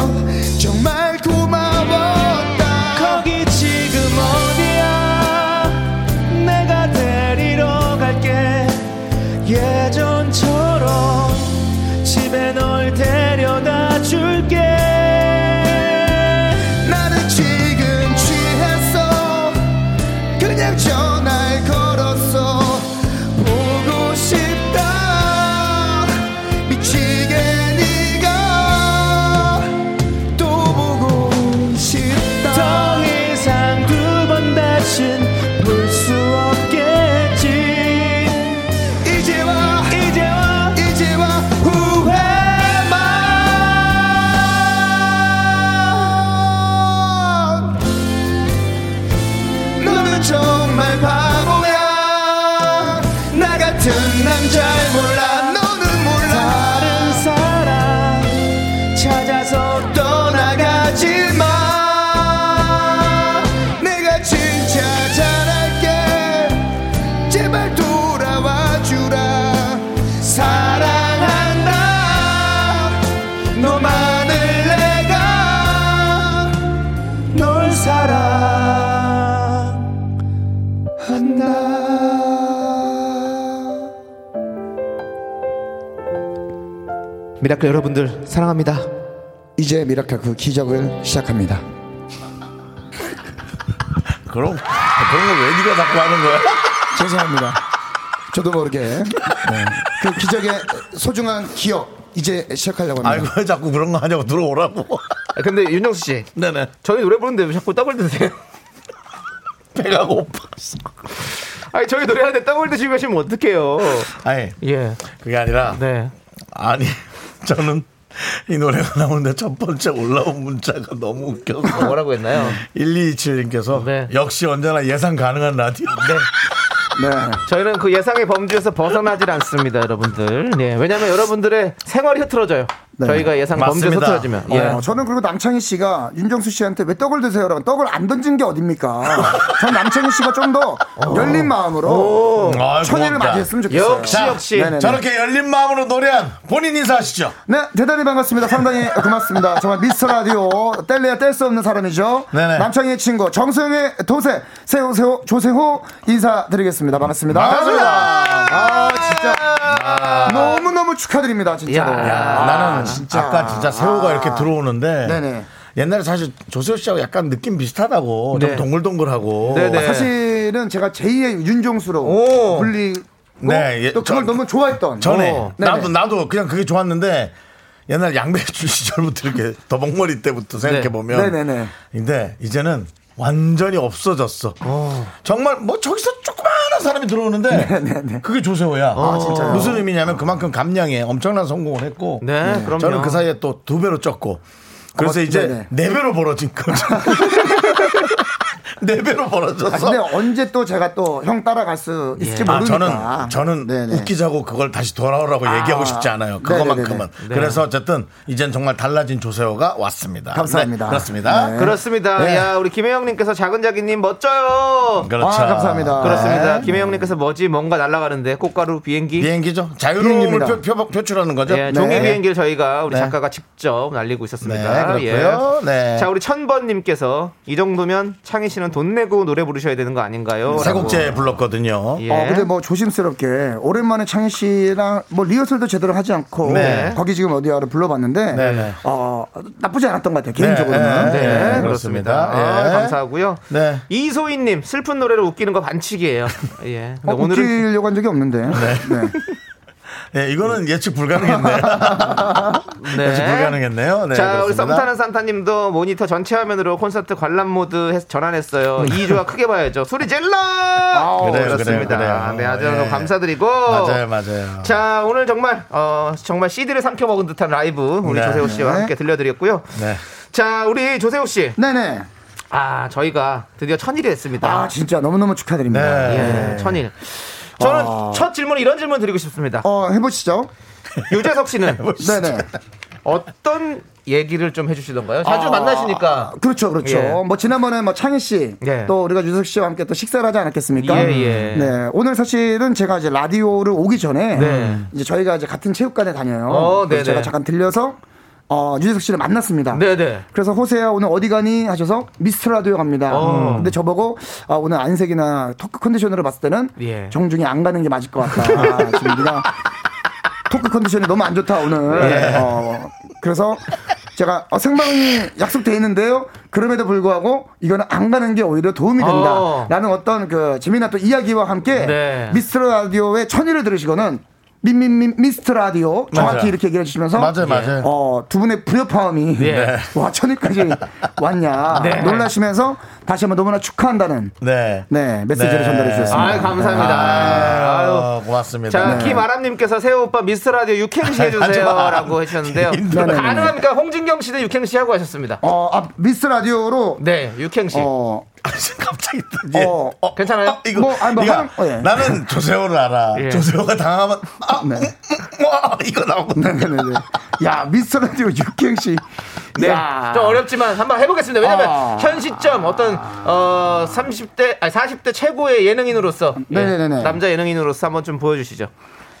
B: 정말 고마웠다 거기 지금 어디야 내가 데리러 갈게 예전처럼 집에 널 데려다 줄게 나는 지금 취했어 그냥 전화를 걸었어 보고 싶다 미치게 네가 또 보고 싶다 더 이상 두 번 다신 볼 수 없겠지 이제와 이제와 이제와 후회만 너는 정말 바보야 나 같은 남자를 몰라 너는 몰라 다른 사람 찾아서 떠나가지 마 내가 진짜 잘할게 제발 돌아와 주라 사랑한다 너만을 내가 널 사랑한다
C: 미라클 여러분들 사랑합니다.
J: 이제 미라클 그 기적을 시작합니다.
A: 그럼 그런 걸 왜 네가 자꾸 하는 거야?
J: 죄송합니다. 저도 모르게 네. 그 기적의 소중한 기억 이제 시작하려고 합니다.
A: 아이고 왜 자꾸 그런 거 하냐고 들어오라고.
C: 아, 근데 윤정수 씨
A: 네네.
C: 저희 노래 부르는데 왜 자꾸 떡을 드세요?
A: 배가 고팠어.
C: 아니 저희 노래하는데 떡을 드시고 계시면 어떡해요?
A: 아니
C: 예.
A: 그게 아니라
C: 네.
A: 아니 저는 이 노래가 나오는데 첫 번째 올라온 문자가 너무 웃겨서
C: 뭐라고 했나요?
A: 1227님께서
C: 네.
A: 역시 언제나 예상 가능한 라디오.
J: 네.
C: 저희는 그 예상의 범주에서 벗어나질 않습니다, 여러분들. 네, 왜냐하면 여러분들의 생활이 흐트러져요.
J: 네.
C: 저희가 예상 범주에서
A: 맞습니다.
C: 흐트러지면. 예.
J: 어, 저는 그리고 남창희 씨가 윤정수 씨한테 왜 떡을 드세요라고 떡을 안 던진 게 어딥니까? 전 남창희 씨가 좀 더 열린 마음으로
A: 아이,
J: 천일을
A: 고맙다.
J: 맞이했으면 좋겠어요.
C: 역시 역시.
J: 네네. 네네.
A: 저렇게 열린 마음으로 노래한 본인 인사하시죠.
J: 네, 대단히 반갑습니다. 상당히 고맙습니다. 정말 미스터 라디오 뗄래야 뗄 수 없는 사람이죠.
A: 네네.
J: 남창희의 친구 정수영의 도세 세호 세호 조세호 인사드리겠습니다. 반갑습니다.
A: 반갑습니다.
J: 아 진짜
B: 아.
J: 너무 너무 축하드립니다. 진짜로.
A: 야, 아, 나는 진짜 아까 진짜 새우가 이렇게 들어오는데
J: 네네.
A: 옛날에 사실 조세호 씨하고 약간 느낌 비슷하다고
C: 네.
A: 좀 동글동글하고
C: 네네.
J: 어, 사실은 제가 제2의 윤종수로
C: 오.
J: 불리고
A: 네, 예,
J: 또 그걸
A: 전-
J: 어? 너무 좋아했던
A: 전에
J: 어, 네네.
A: 나도 나도 그냥 그게 좋았는데 옛날 양배추 시절부터 이렇게 더벅머리 때부터 생각해 보면
J: 네. 네네네.
A: 근데 이제는 완전히 없어졌어. 정말 뭐 저기서 조그마한 사람이 들어오는데
J: 네네네. 아,
A: 그게 조세호야.
J: 진짜요?
A: 무슨 의미냐면 그만큼 감량에 엄청난 성공을 했고
C: 네, 그럼요.
A: 저는 그 사이에 또 두 배로 쪘고 그래서
J: 어,
A: 이제
J: 네네.
A: 네 배로 벌어진 거죠. 네 배로 벌어졌어.
J: 아, 근데 언제 또 제가 또 형 따라갈 수
C: 예.
J: 있을지
A: 아,
J: 모르니까
A: 저는 저는
J: 네네.
A: 웃기자고 그걸 다시 돌아오라고 얘기하고 싶지 않아요. 그거만큼은.
C: 네.
A: 그래서 어쨌든 이젠 정말 달라진 조세호가 왔습니다.
J: 감사합니다.
A: 네, 그렇습니다.
J: 네.
C: 아, 그렇습니다.
A: 네.
C: 야, 우리 김혜영님께서 작은 자기님 멋져요.
A: 그렇죠.
J: 아, 감사합니다.
C: 그렇습니다.
A: 네.
C: 김혜영님께서 뭐지 뭔가 날아가는데 꽃가루 비행기.
A: 비행기죠. 자유로움을
J: 비행기입니다.
A: 표, 표, 표출하는 거죠.
C: 예, 종이
J: 네.
C: 비행기를 저희가 우리
A: 네.
C: 작가가 직접 날리고 있었습니다.
A: 네, 그렇고요.
C: 예.
A: 네.
C: 자, 우리 천번님께서 이 정도면 창희 씨는 돈 내고 노래 부르셔야 되는 거 아닌가요?
A: 세
C: 라고.
A: 곡째 불렀거든요.
C: 예.
J: 어, 근데 뭐 조심스럽게 오랜만에 창희 씨랑 뭐 리허설도 제대로 하지 않고
A: 네.
J: 거기 지금 어디야를 불러봤는데
A: 네네.
J: 어, 나쁘지 않았던 것 같아요
A: 네,
J: 개인적으로는.
A: 네,
C: 네,
A: 그렇습니다.
C: 그렇습니다. 아,
A: 예.
C: 감사하고요.
A: 네.
C: 이소희님 슬픈 노래로 웃기는 거 반칙이에요. 예. 근데
J: 어,
C: 오늘은
J: 웃기려고 한 적이 없는데. 네.
A: 예, 이거는 예측 불가능했네요.
C: 네.
A: 예측 불가능했네요. 네,
C: 자, 우리
A: 그렇습니다.
C: 썸타는 산타님도 모니터 전체 화면으로 콘서트 관람 모드 해- 전환했어요. 이조화 크게 봐야죠. 소리 질러!
A: 아, 어,
C: 네,
A: 그래요,
C: 그렇습니다.
A: 그래요, 그래요.
C: 네, 아주
A: 예.
C: 감사드리고.
A: 맞아요, 맞아요.
C: 자, 오늘 정말, 어, 정말 CD를 삼켜 먹은 듯한 라이브 우리
A: 네.
C: 조세호 씨와
J: 네.
C: 함께 들려드렸고요.
A: 네.
C: 자, 우리 조세호 씨.
J: 네네.
C: 아, 저희가 드디어 천일이 됐습니다.
J: 아 진짜 너무너무 축하드립니다.
A: 네.
C: 예, 천일. 저는
J: 아.
C: 첫 질문 이런 질문 드리고 싶습니다.
J: 어 해보시죠.
C: 유재석 씨는
J: 네네.
C: 어떤 얘기를 좀 해주시던가요? 자주
J: 아,
C: 만나시니까.
J: 그렇죠, 그렇죠.
C: 예.
J: 뭐 지난번에 뭐 창희 씨,
C: 예.
J: 또 우리가 유석 씨와 함께 또 식사를 하지 않았겠습니까?
C: 예, 예.
J: 네, 오늘 사실은 제가 이제 라디오를 오기 전에
C: 네.
J: 이제 저희가 이제 같은 체육관에 다녀요.
C: 어,
J: 그래서
C: 네네.
J: 그렇죠. 제가 잠깐 들려서 어, 유재석 씨를 만났습니다.
C: 네네.
J: 그래서 호세야 오늘 어디 가니 하셔서 미스터 라디오 갑니다.
C: 어.
J: 음. 근데 저보고 아, 오늘 안색이나 토크 컨디션으로 봤을 때는
C: 예.
J: 정중히 안 가는 게 맞을 것 같다. 아, 지금 네가 토크 컨디션이 너무 안 좋다 오늘.
C: 예.
J: 어, 그래서 제가 어, 생방송이 약속돼 있는데요. 그럼에도 불구하고 이거는 안 가는 게 오히려 도움이
C: 어.
J: 된다라는 어. 떤그 재미난 또 이야기와 함께
C: 네.
J: 미스터 라디오의 천의를 들으시고는 민민민 미스터 라디오 정확히
A: 맞아요.
J: 이렇게 얘기해
C: 네.
J: 주시면서
A: 맞아요, 맞아요.
J: 어, 두 분의 불협화음이
C: 예.
J: 와 천의까지 왔냐
C: 네.
J: 아, 놀라시면서 다시 한번 너무나 축하한다는
A: 네.
J: 네 메시지를
A: 네.
J: 전달해 주셨습니다.
C: 아유, 감사합니다. 아유.
A: 아유, 고맙습니다.
C: 자,
J: 네.
C: 김아람님께서 새우 오빠 미스 라디오 육행시
A: 하지 마.
C: 해주세요라고 해주셨는데요.
J: 네네네.
C: 가능합니까? 홍진경 씨는 육행시 하고 하셨습니다.
J: 어, 아, 미스 라디오로
C: 네, 육행시.
J: 어,
A: 갑자기 또 이제
J: 어,
C: 괜찮아요?
A: 아, 이거
J: 뭐, 아니, 뭐
A: 네가
J: 하는- 어, 예.
A: 나는 조세호를 알아.
C: 예.
A: 조세호가 당하면 아,
J: 네.
A: 음, 음, 와 이거 나오거든.
J: 네네네. 야 미스터 라디오 육행시.
C: 네,
J: 야.
C: 좀 어렵지만 한번 해보겠습니다. 왜냐면
J: 아.
C: 현 시점 어떤 어 30대, 아니 40대 최고의 예능인으로서 예,
J: 음, 네네네네.
C: 남자 예능인으로서 한번 좀 보여주시죠.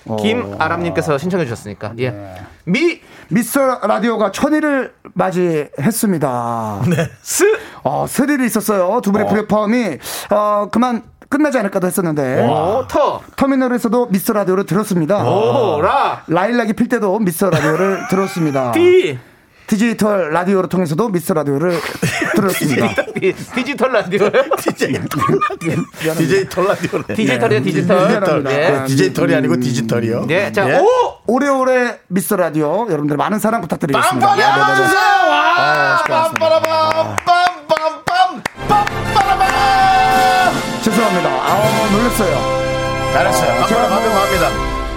J: 어. 네.
C: 김아람님께서 신청해 주셨으니까 예. 미
J: 미스터 라디오가 천일을 맞이했습니다.
C: 네. 스
J: 어, 스릴이 있었어요. 두 분의 불협화음이 어, 그만 끝나지 않을까도 했었는데
C: 오터
J: 터미널에서도 미스터 라디오를 들었습니다.
C: 어? 오라
J: 라일락이 필 때도 미스터 라디오를 들었습니다.
C: 디
J: 디지털 라디오를 통해서도 미스터 라디오를 들었습니다.
C: 디- 디지털 라디오요?
A: DJ 털라디오네.
C: 디지털이요, 디지털.
J: 디지털.
C: 예.
J: 네.
A: 디지털이 아니고 디지털이요.
B: 네.
C: 예, 자,
A: 예.
C: 오!
J: 오래오래 미스터 라디오 여러분들 많은 사랑 부탁드리겠습니다.
A: 빵빵이
J: 네, 네, 네, 네.
A: 안아주세요! 와! 빰빠라밤! 빰빰빰! 빰빠라밤!
J: 죄송합니다. 아 놀랐어요.
A: 잘했어요. 빰빠라밤 합니다.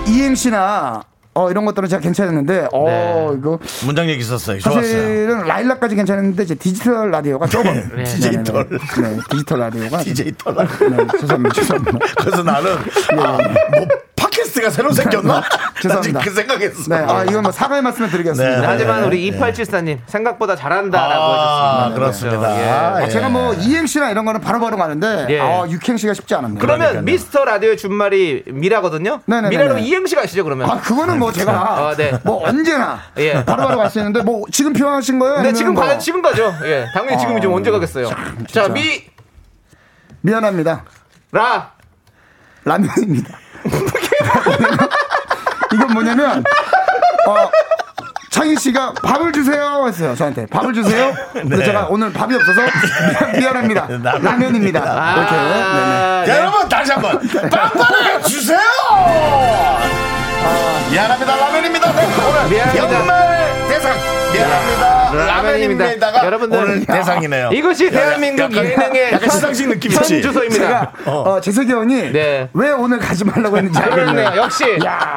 J: 이행시나 어, 이런 것들은 제가 괜찮았는데 어
C: 네.
J: 이거
A: 문장 얘기 있었어요.
J: 아, 네,
A: 좋았어요.
J: 사실은 라일락까지 괜찮았는데 이제 디지털 라디오가 조금 네,
A: DJ
J: 네, 네.
A: 털.
J: 네, 디지털 라디오가
A: DJ 털라.
J: 네, 죄송합니다. 죄송합니다. 예,
A: 그래서 나는 아, 뭐 팟캐스트가 새로 생겼나?
J: 네, 죄송합니다.
A: 나그 생각했어.
J: 네, 아, 이건 뭐 사과의 말씀을 드리겠습니다.
A: 네,
C: 하지만
A: 네,
C: 우리
A: 네.
C: 2874님 생각보다 잘한다라고
A: 아,
C: 하셨습니다.
A: 그렇습니다.
C: 예.
A: 아,
J: 아,
A: 예.
J: 네. 제가 뭐 이행시나 이런 거는 바로바로 가는데
C: 예.
J: 아, 육행시가 쉽지 않았네요.
C: 그러면
A: 그러니까요.
C: 미스터 라디오의 준말이 미라거든요.
J: 네네네네.
C: 미라로 이행시 가시죠 그러면.
J: 아, 그거는 뭐 제가
C: 아, 네.
J: 뭐 언제나
C: 예.
J: 바로바로 갈 수 있는데 뭐 지금 필요하신 거예요?
C: 네
J: 아니면
C: 지금
J: 뭐-
C: 가 지금 가죠. 예, 당연히 지금이 좀 언제 가겠어요.
J: 진짜.
C: 자미라
J: 미안합니다. 라면입니다. 이건 뭐냐면 어, 창희 씨가 밥을 주세요 했어요 저한테 밥을 주세요. 근데
A: 네.
J: 제가 오늘 밥이 없어서 미안, 합니다
B: 네.
A: 라면입니다.
J: 라면입니다. 이렇게 네네.
A: 자,
C: 아, 네.
A: 네, 여러분 다시 한번 빵빵해 주세요.
J: 아.
A: 미안합니다 라면입니다. 네, 오늘
C: 미안합니다.
A: 연말 대상 미안합니다
C: 라면입니다.
A: 라면입니다가
C: 여러분들.
A: 오늘 대상이네요.
C: 이것이 대한민국
A: 약간-
C: 예능의
A: 약간
C: 선-
A: 시상식 느낌이지?
C: 선주소입니다.
J: 제가 어, 재석이 형이
C: 네.
J: 왜 오늘 가지 말라고 했는지
C: 그렇네요.
J: 알겠네요.
C: 역시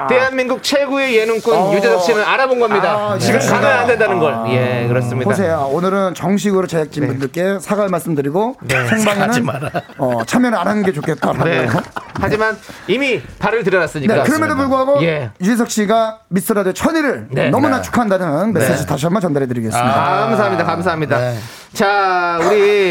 C: 대한민국 최고의 예능꾼 유재석 씨는 알아본 겁니다.
J: 어. 아,
C: 지금
J: 네.
C: 가면 안 된다는 걸. 예, 그렇습니다.
J: 보세요. 오늘은 정식으로 제작진분들께 사과의 말씀드리고
A: 하지
J: 생방에는
A: 예. 마라.
J: 어, 참여는 안 하는 게 좋겠다라고.
C: 네. 하지만 이미 발을 들여놨으니까.
J: 네, 그럼에도 불구하고
C: 예.
J: 유재석 씨가 미스라디오 천일을
C: 네.
J: 너무나
A: 네.
J: 축하한다는 메시지 다시 한번 전달해드리겠습니다.
C: 아, 감사합니다. 감사합니다. 자, 우리 어,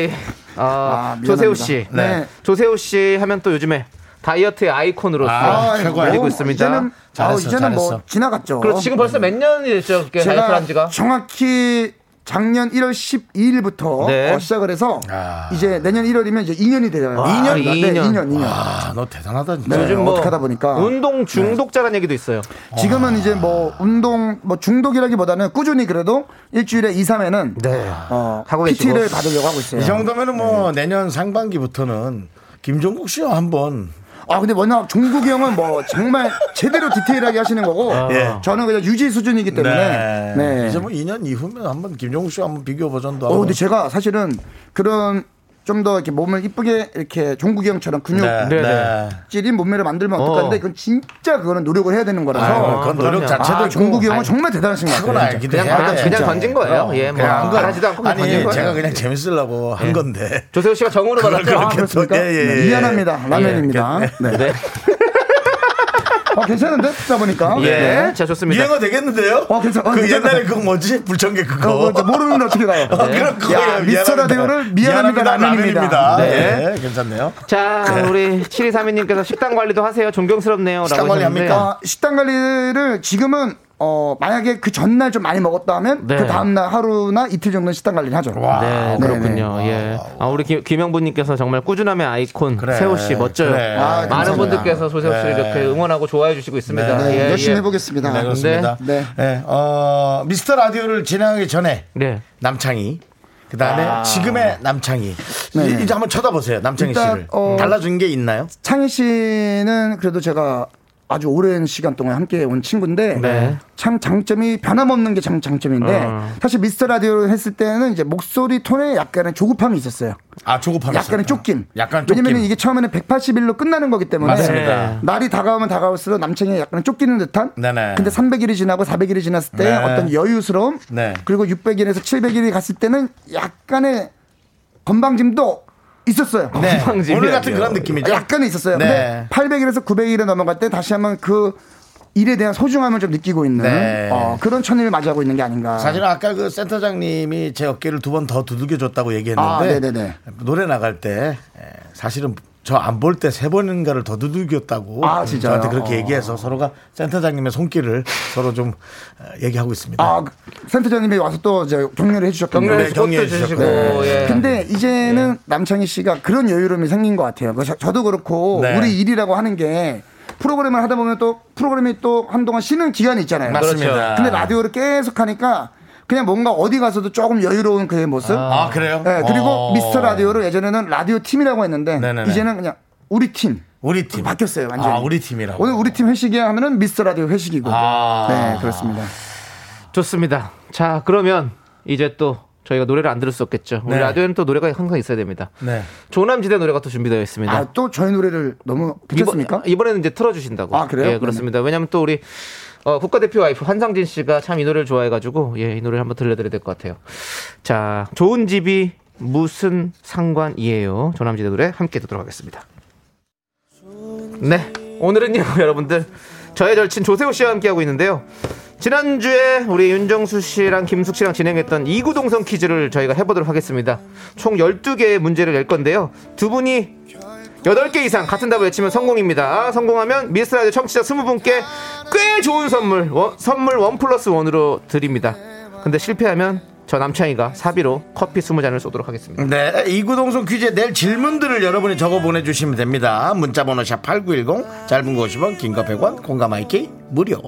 J: 네. 아, 미안합니다.
C: 조세호 씨.
J: 네. 네.
C: 조세호 씨 하면 또 요즘에 다이어트의 아이콘으로서
A: 아,
J: 아이고,
A: 최고야.
C: 알리고 있습니다.
J: 이제는,
A: 잘했어,
J: 아우, 이제는 뭐
A: 잘했어.
J: 지나갔죠.
C: 그렇죠. 지금 벌써 몇 년이 됐죠? 그게 다이어트
J: 제가
C: 한 지가.
J: 정확히 작년 1월 12일부터 어,
C: 네.
J: 시작을 해서
A: 아.
J: 이제 내년 1월이면 이제 2년이 돼요.
C: 아,
J: 2년, 네,
C: 2년.
J: 2년, 2년.
A: 아, 너 대단하다 진짜.
J: 네, 어떻게 하다 보니까
C: 운동 중독자라는 얘기도 있어요.
J: 지금은 이제 뭐 운동 뭐 중독이라기보다는 꾸준히 그래도 일주일에 2, 3회는
C: 네.
J: 어,
C: 하고 계시고.
J: PT를 받으려고 하고 있어요.
A: 이 정도면은 뭐 내년 상반기부터는 김종국 씨와 한번
J: 아 근데 워낙 종국이 형은 뭐 정말 제대로 디테일하게 하시는 거고
A: 예.
J: 저는 그냥 유지 수준이기 때문에 네.
A: 이제 뭐 2년 이후면 한번 김종국 씨와 한번 비교 버전도
J: 어
A: 하고.
J: 근데 제가 사실은 그런 좀 더 이렇게 몸을 이쁘게 이렇게 종국이 형처럼 근육
A: 네, 네.
C: 네.
J: 질인 몸매를 만들면 어떨까 하는데 그건 진짜 그거는 노력을 해야 되는
A: 아유,
J: 거라서
A: 그건
C: 그럼요.
A: 노력 자체도
J: 아, 종국이 형은
C: 아니,
J: 정말 대단하신 것
A: 그건
J: 같아요.
A: 알기도
C: 그냥
A: 해야
C: 던-
A: 돼,
C: 그냥
A: 진짜.
C: 던진 거예요. 예, 뭐
A: 그냥 한 거-
C: 말하지도 않고 그냥
A: 아니
C: 던진 거예요.
A: 제가 그냥 재밌으려고
J: 예.
A: 한 건데. 예,
C: 조세호 씨가 정으로
J: 아,
C: 받았죠.
A: 그렇게 또-
J: 네, 미안합니다 라면입니다. 네.
C: 네.
J: 아, 괜찮은데? 듣다 보니까.
C: 예, 자, 좋습니다.
A: 유행어 되겠는데요?
J: 어, 괜찮- 어,
A: 그
J: 괜찮아요.
A: 옛날에 그거 뭐지? 불청객
J: 어,
A: 그거.
J: 어, 이제 모르는데 어떻게 가요? 네.
A: 어, 그런 거예요.
J: 야, 미스터 라디오를 미안합니다, 라면입니다.
A: 네. 괜찮네요.
C: 자, 우리 7232님께서 식단 관리도 하세요. 존경스럽네요.
A: 식단
C: 라고
A: 관리합니까?
C: 하셨는데.
J: 아, 식단 관리를 지금은 어 만약에 그 전날 좀 많이 먹었다 하면
C: 네.
J: 그 다음날 아, 하루나 이틀 정도는 식단 관리를 하죠.
C: 네, 그렇군요. 예. 아, 우리 김, 김영부님께서 정말 꾸준함의 아이콘 세호 씨 멋져요.
A: 그래.
J: 아,
C: 많은
J: 감사합니다.
C: 분들께서 소세호 씨를 이렇게 응원하고 좋아해 주시고 있습니다.
J: 네,
C: 예,
J: 열심히
C: 예.
J: 해보겠습니다.
A: 네, 그렇습니다.
J: 네.
A: 네, 어, 미스터 라디오를 진행하기 전에
C: 네.
A: 남창희. 그 다음에
J: 아.
A: 지금의 남창희. 이- 이제 한번 쳐다보세요. 남창희
J: 네, 일단,
A: 씨를.
J: 어,
A: 달라진 게 있나요?
J: 창희 씨는 그래도 제가 아주 오랜 시간 동안 함께 온 친구인데
C: 네.
J: 참 장점이 변함없는 게 참 장점인데
C: 어.
J: 사실 미스터 라디오를 했을 때는 이제 목소리 톤에 약간의 조급함이 있었어요.
A: 아, 조급함.
J: 약간의 쫓김.
A: 약간 쫓김.
J: 왜냐면 이게 처음에는 180일로 끝나는 거기 때문에
A: 맞습니다.
C: 네.
J: 날이 다가오면 다가올수록 남친이 약간 쫓기는 듯한.
A: 네네.
J: 근데 300일이 지나고 400일이 지났을 때
A: 네.
J: 어떤 여유스러움.
A: 네.
J: 그리고 600일에서 700일이 갔을 때는 약간의 건방짐도 있었어요.
A: 네.
C: 건방짐이
A: 오늘 같은
C: 아니에요.
A: 그런 느낌이죠.
J: 약간은 있었어요.
A: 네.
J: 근데 800일에서 900일에 넘어갈 때 다시 한번 그 일에 대한 소중함을 좀 느끼고 있는
A: 네.
J: 어, 그런 천일을 맞이하고 있는 게 아닌가.
A: 사실은 아까 그 센터장님이 제 어깨를 두 번 더 두들겨 줬다고
J: 아,
A: 얘기했는데
J: 네네네.
A: 노래 나갈 때 에, 사실은 저 안 볼 때 세 번인가를 더 두들겼다고
J: 아, 진짜요?
A: 저한테 그렇게
J: 어.
A: 얘기해서 서로가 센터장님의 손길을 서로 좀 에, 얘기하고 있습니다.
J: 아, 그 센터장님이 와서 또 이제 격려를 해주셨거든요.
C: 격려해
A: 네, 격려해
C: 주시고.
A: 주셨고.
C: 예.
J: 근데 이제는 남창희 씨가 그런 여유로움이 생긴 것 같아요. 뭐 저, 도 그렇고
A: 네.
J: 우리 일이라고 하는 게 프로그램을 하다 보면 또 프로그램이 또 한동안 쉬는 기간이 있잖아요.
A: 맞습니다.
J: 근데 라디오를 계속 하니까 그냥 뭔가 어디 가서도 조금 여유로운 그의 모습.
A: 아, 그래요?
J: 네, 그리고
A: 어.
J: 미스터 라디오를 예전에는 라디오 팀이라고 했는데
A: 네네네.
J: 이제는 그냥 우리 팀.
A: 우리 팀
J: 바뀌었어요, 완전히.
A: 아, 우리 팀이라고.
J: 오늘 우리 팀 회식이야 하면은 미스터 라디오 회식이고.
A: 아.
J: 네, 그렇습니다.
C: 좋습니다. 자, 그러면 이제 또 저희가 노래를 안 들을 수 없겠죠. 우리
A: 네.
C: 라디오에는 또 노래가 항상 있어야 됩니다.
A: 네.
C: 조남지대 노래가 또 준비되어 있습니다.
J: 아, 또 저희 노래를 너무 괜찮습니까?
C: 이번, 에는 이제 틀어주신다고.
J: 아, 그래요?
C: 예, 그렇습니다. 왜냐면 또 우리 어, 국가대표 와이프 환상진 씨가 참 이 노래를 좋아해가지고 예, 이 노래를 한번 들려드려야 될 것 같아요. 자, 좋은 집이 무슨 상관이에요? 조남지대 노래 함께 듣도록 하겠습니다. 네, 오늘은요, 여러분들 저의 절친 조세호 씨와 함께하고 있는데요. 지난주에 우리 윤정수 씨랑 김숙 씨랑 진행했던 이구동성 퀴즈를 저희가 해보도록 하겠습니다. 총 12개의 문제를 낼 건데요. 두 분이 8개 이상 같은 답을 외치면 성공입니다. 성공하면 미스라디오 청취자 20분께 꽤 좋은 선물, 원- 선물 원 플러스 원으로 드립니다. 근데 실패하면 저 남창희가 사비로 커피 20잔을 쏘도록 하겠습니다.
A: 네, 이구동성 퀴즈에 낼 질문들을 여러분이 적어 보내주시면 됩니다. 문자번호 샵 8910, 짧은 거 50원, 긴 거 100원, 공감 IK 무료.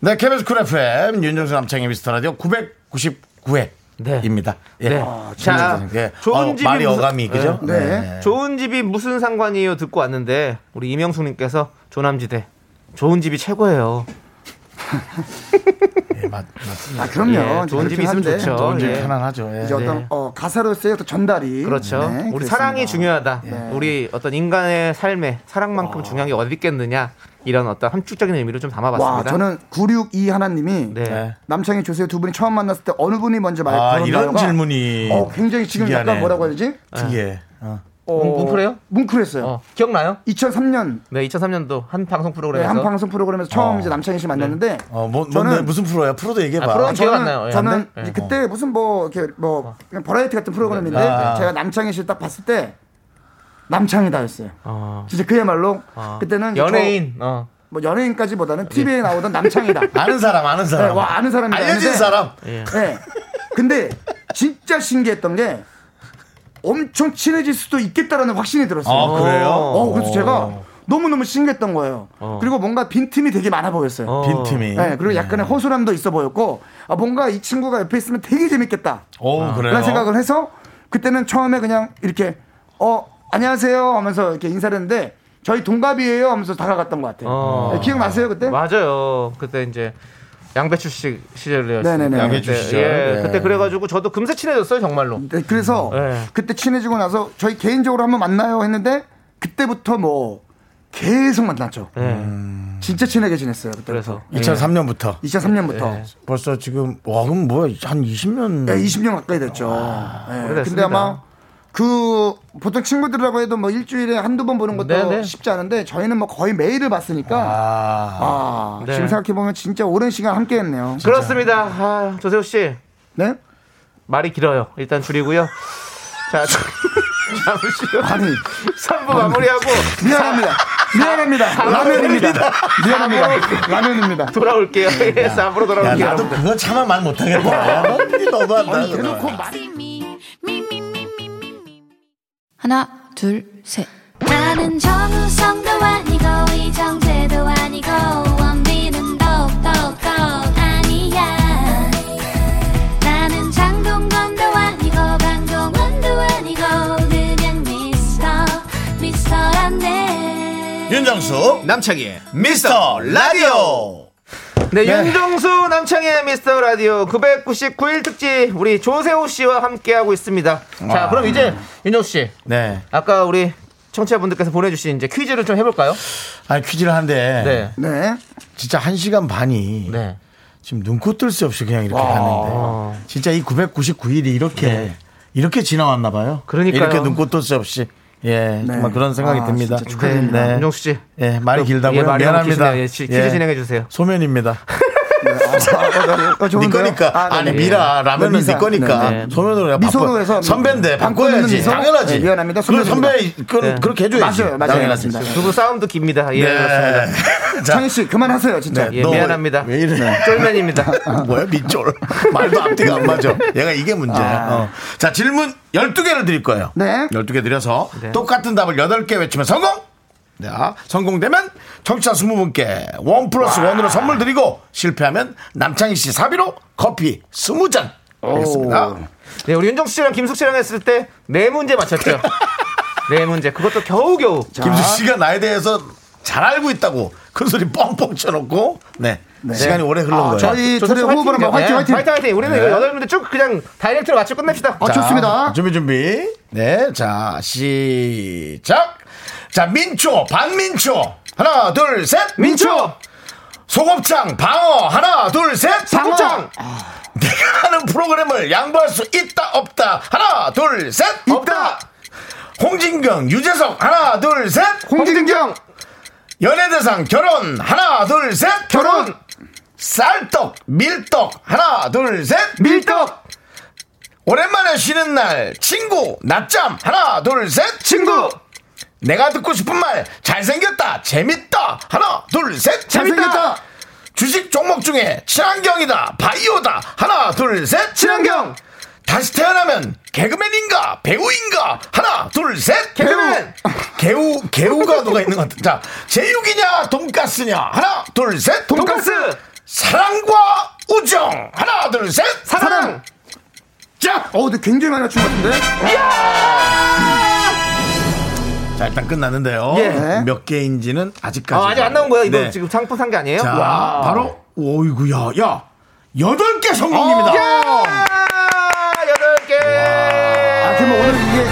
A: 네, 케빈스 쿨 FM, 윤정수 남창의 미스터 라디오 999회.
C: 네.
A: 입니다. 예.
C: 네. 자,
A: 예.
C: 좋은
A: 어,
C: 집이
A: 말이
C: 무슨-
A: 어감이 그죠?
J: 네.
C: 좋은 집이 무슨 상관이에요 듣고 왔는데 우리 이명숙님께서 조남지대 좋은 집이 최고예요.
A: 예, 맞, 맞습니다.
J: 아, 그럼요.
C: 예, 좋은 집이 있으면
J: 그렇긴 한데.
C: 좋죠.
A: 좋은 집
C: 예.
A: 편안하죠. 예.
J: 이제 어떤 어, 가사로서의 어떤 전달이
C: 그렇죠.
J: 네,
C: 우리
J: 그렇습니다. 네.
C: 사랑이 중요하다. 우리 어떤 인간의 삶에 사랑만큼 중요한 게 어디 있겠느냐 이런 어떤 함축적인 의미를 좀 담아봤습니다.
J: 와 저는 962 하나님이
C: 네.
A: 네.
J: 남창희 조세호 두 분이 처음 만났을 때 어느 분이 먼저 말
A: 아,
J: 걸었나요가
A: 이런 질문이.
J: 어, 굉장히 지금
A: 특이하네.
J: 약간 뭐라고 해야 되지
A: 특이해. 어.
J: 어,
C: 뭉- 뭉클해요?
J: 뭉클했어요
C: 어, 기억나요?
J: 2003년
C: 네, 2003년도 한 방송
J: 네,
C: 프로그램에서
J: 한 방송 프로그램에서 처음
A: 어.
J: 이제 남창희 씨 만났는데
A: 어, 뭐, 뭔데?
J: 저는
A: 무슨 프로야? 프로도 얘기해봐.
C: 아, 프로- 기억 안
J: 저는
C: 나요. 예,
J: 저는
C: 안 돼?
J: 이제 그때 무슨 뭐 이렇게 뭐 그냥 버라이티 같은 프로그램인데
A: 아.
J: 제가 남창희 씨 딱 봤을 때 남창이다였어요.
C: 어,
J: 진짜 그야말로
C: 어.
J: 그때는 이제
C: 연예인 어.
J: 저- 뭐 연예인까지보다는 TV에 나오던 남창이다.
A: 아는 사람, 아는 사람.
J: 네, 와, 아는 사람이
A: 알려진
J: 아는데.
A: 사람.
C: 예.
J: 네. 근데 진짜 신기했던 게 엄청 친해질 수도 있겠다라는 확신이 들었어요.
A: 아, 그래요?
J: 어, 그래서 제가 너무너무 신기했던 거예요.
C: 어.
J: 그리고 뭔가 빈틈이 되게 많아 보였어요.
C: 어.
A: 빈틈이.
J: 네, 그리고 약간의 허술함도 있어 보였고 아, 뭔가 이 친구가 옆에 있으면 되게 재밌겠다.
A: 오, 어, 그래요.
J: 아, 그런 생각을 해서 그때는 처음에 그냥 이렇게 어 안녕하세요 하면서 이렇게 인사를 했는데 저희 동갑이에요 하면서 다가갔던 것 같아요.
C: 어.
J: 네, 기억나세요 그때?
C: 맞아요. 그때 이제 양배추 씨 시절이었어요.
J: 네네네.
A: 양배추
C: 그때,
A: 시절.
C: 예,
A: 예.
C: 그때 그래가지고 저도 금세 친해졌어요 정말로.
J: 네, 그래서
C: 네.
J: 그때 친해지고 나서 저희 개인적으로 한번 만나요 했는데 그때부터 뭐 계속 만났죠. 음.
C: 예.
J: 진짜 친하게 지냈어요. 그때
C: 그래서
A: 2003년부터.
J: 예, 2003년부터.
A: 벌써 지금 와 그럼 뭐야 한 20년
C: 네.
J: 20년 가까이 됐죠. 예, 근데
C: 오래됐습니다.
J: 아마 그 보통 친구들이라고 해도 뭐 일주일에 한두 번 보는 것도
C: 네, 네.
J: 쉽지 않은데 저희는 뭐 거의 매일을 봤으니까 아,
C: 네.
J: 지금 생각해 보면 진짜 오랜 시간 함께 했네요.
C: 그렇습니다. 아, 조세호 씨.
J: 네?
C: 말이 길어요. 일단 줄이고요. 자, 잠시요.
J: 아니,
C: 3부 마무리하고
J: 미안합니다. 미안합니다. 라면입니다. 미안합니다. 라면입니다.
C: 돌아올게요.
A: 네,
C: 예, 4부로 돌아올게요.
A: 야, 나도 그거 참아 말 못하겠다. 너도 안 나.
C: 어,
A: 대놓고
D: 하나, 둘, 셋.
E: 나는 정우성도 아니고 이정재도 아니고 원빈은 더욱더 아니야 나는 장동건도 아니고 강동원도 아니고 그냥 미스터 미스터란데
A: 윤정수
C: 남창희의
A: 미스터 라디오.
C: 네,
A: 예.
C: 윤정수 남창의 미스터 라디오 999일 특집 우리 조세호 씨와 함께 하고 있습니다. 자,
A: 와.
C: 그럼 이제 윤정수 씨
A: 네.
C: 아까 우리 청취자분들께서 보내주신 이제 퀴즈를 좀 해볼까요?
A: 아니 퀴즈를 하는데
C: 네.
J: 네.
A: 진짜 한 시간 반이
C: 네.
A: 지금 눈코 뜰 새 없이 그냥 이렇게 가는데 진짜 이 999일이 이렇게 이렇게 지나왔나 봐요.
C: 네. 그러니까요.
A: 이렇게 눈코 뜰 새 없이 예 정말 그런 생각이
J: 아,
A: 듭니다.
J: 진짜 축하드립니다.
A: 네.
C: 윤정수 씨.
A: 예 말이
C: 좀,
A: 길다고요.
C: 예, 말이 너무
A: 미안합니다.
C: 기시네요. 예, 퀴즈 진행해 주세요.
A: 소면입니다.
J: 네, 아,
A: 네
J: 좋은데요?
A: 거니까
J: 아, 네,
A: 아니
J: 네.
A: 미라
J: 네,
A: 라면은 네
J: 미사.
A: 거니까
J: 네, 네.
A: 소면으로 내가
J: 미소로
A: 바꿔-
J: 해서
A: 선배인데
J: 바꿔
A: 바꿔야지
J: 있는 미소?
A: 당연하지
J: 네, 미안합니다.
A: 그
J: 소면입니다.
A: 선배 그
C: 네.
A: 그렇게 해줘야지
J: 맞아요, 네. 맞아요.
A: 당연하지.
J: 맞습니다.
C: 두 분 싸움도 깁니다. 예, 그렇습니다.
A: 네. 자,
J: 창희 씨 그만하세요 진짜.
C: 예,
A: 너
C: 미안합니다. 네.
A: 왜 이래?
C: 쫄면입니다.
A: 뭐야 밑줄 말도 앞뒤가 안 맞아 얘가 이게 문제야 어. 자 질문 12개를 드릴 거예요
J: 아. 네.
A: 12개 드려서
C: 네.
A: 똑같은 답을 8개 외치면 성공 자, 성공되면 청취자 20분께 원 플러스 원으로 선물 드리고 실패하면 남창희 씨 사비로 커피 20잔 되겠습니다
C: 네, 우리 윤정수 씨랑 김숙 씨랑 했을 때 네 문제 맞췄죠. 네 문제. 그것도 겨우겨우.
A: 김수 씨가 나에 대해서 잘 알고 있다고 큰 소리 뻥뻥 쳐놓고 네, 시간이 오래 흘른 거예요
J: 아, 저희 둘의 호흡으로 막 화이팅 네. 화이팅.
C: 네, 화이팅, 화이팅. 우리는 이거 여덟 문제 쭉 그냥 다이렉트로 맞추고 끝냅시다.
J: 어, 좋습니다.
A: 준비 준비. 네, 자 시작. 자 민초, 반민초. 하나, 둘, 셋.
C: 민초!
A: 소곱창, 방어. 하나, 둘, 셋.
C: 방어!
A: 내가 하는 프로그램을 양보할 수 있다 없다. 하나, 둘, 셋. 없다. 홍진경, 유재석. 하나, 둘, 셋.
J: 홍진경
A: 연예대상 결혼. 하나, 둘, 셋.
J: 결혼
A: 쌀떡, 밀떡. 하나, 둘, 셋.
J: 밀떡
A: 오랜만에 쉬는 날 친구 낮잠 하나 둘 셋 친구 내가 듣고 싶은 말 잘생겼다 재밌다 하나 둘 셋
J: 잘생겼다.
A: 주식 종목 중에 친환경이다 바이오다 하나 둘 셋
J: 친환경
A: 다시 태어나면 개그맨인가 배우인가 하나 둘 셋 개그맨 개우 개우가 누가 있는 것 같아 자 제육이냐 돈가스냐 하나 둘 셋
C: 돈가스!
A: 사랑과 우정 하나 둘 셋 사랑 자
J: 어, 근데 굉장히 많이 맞춘 것 같은데?
A: 자 일단 끝났는데요.
C: 예.
A: 몇 개인지는 아직까지
C: 아, 아직 안 나온 거야. 이거
A: 네.
C: 지금 상품 산 게 아니에요?
A: 자
C: 와.
A: 바로 오이구야 야 여덟 개 성공입니다.
J: 어,
C: 아, 여덟 개.
J: 아, 그럼 오늘 이게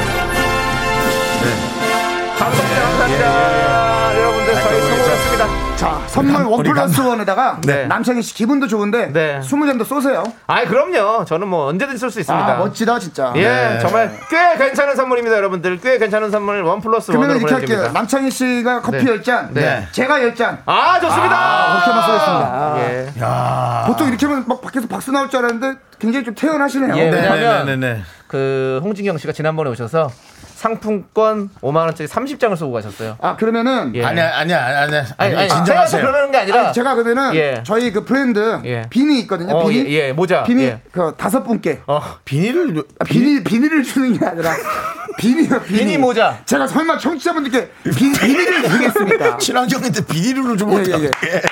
J: 네.
C: 감사합니다. 감사합니다.
J: 예,
C: 여러분들 저희 성공했습니다.
J: 자 선물 원 플러스 원에다가
C: 네.
J: 남창희 씨 기분도 좋은데
C: 네.
J: 20잔도 쏘세요.
C: 아이 그럼요. 저는 뭐 언제든 쓸 수 있습니다.
J: 아 네. 멋지다 진짜.
C: 예, 정말 꽤 괜찮은 선물입니다, 여러분들. 꽤 괜찮은 선물 원 플러스
J: 그러면
C: 원으로
J: 이렇게 할게요.
C: 보내드립니다.
J: 남창희 씨가 커피
C: 네.
J: 열 10잔,
C: 네.
J: 예. 제가 10잔.
C: 아, 좋습니다.
J: 그렇게만 쓰겠습니다.
C: 예.
J: 보통 이렇게 하면 막 밖에서 박수 나올 줄 알았는데 굉장히 좀 태연하시네요.
C: 예,
J: 네.
C: 왜냐면
A: 네네네네.
C: 그 홍진경 씨가 지난번에 오셔서 상품권 5만 원짜리 30장을 쏘고 가셨어요.
J: 아 그러면은
C: 예.
A: 아니야 아니야 아니야
C: 아니, 아니,
A: 진정하세요.
C: 제가 그러는 게 아니라
J: 아니, 제가 그러면은
C: 예.
J: 저희 그 브랜드
C: 예.
J: 비니 있거든요.
C: 어,
J: 비니
C: 예, 예, 모자.
J: 비니
C: 예.
J: 그 다섯 분께
C: 어.
A: 비닐을
J: 아, 비니 비니를 주는 게 아니라 비니요 비니.
C: 비니 모자.
J: 제가 설마 청취자분들께 비, 비니를 주겠습니까?
A: 친환경인데 비닐을 좀
J: 예, 예,
A: 어떻게?
J: 예.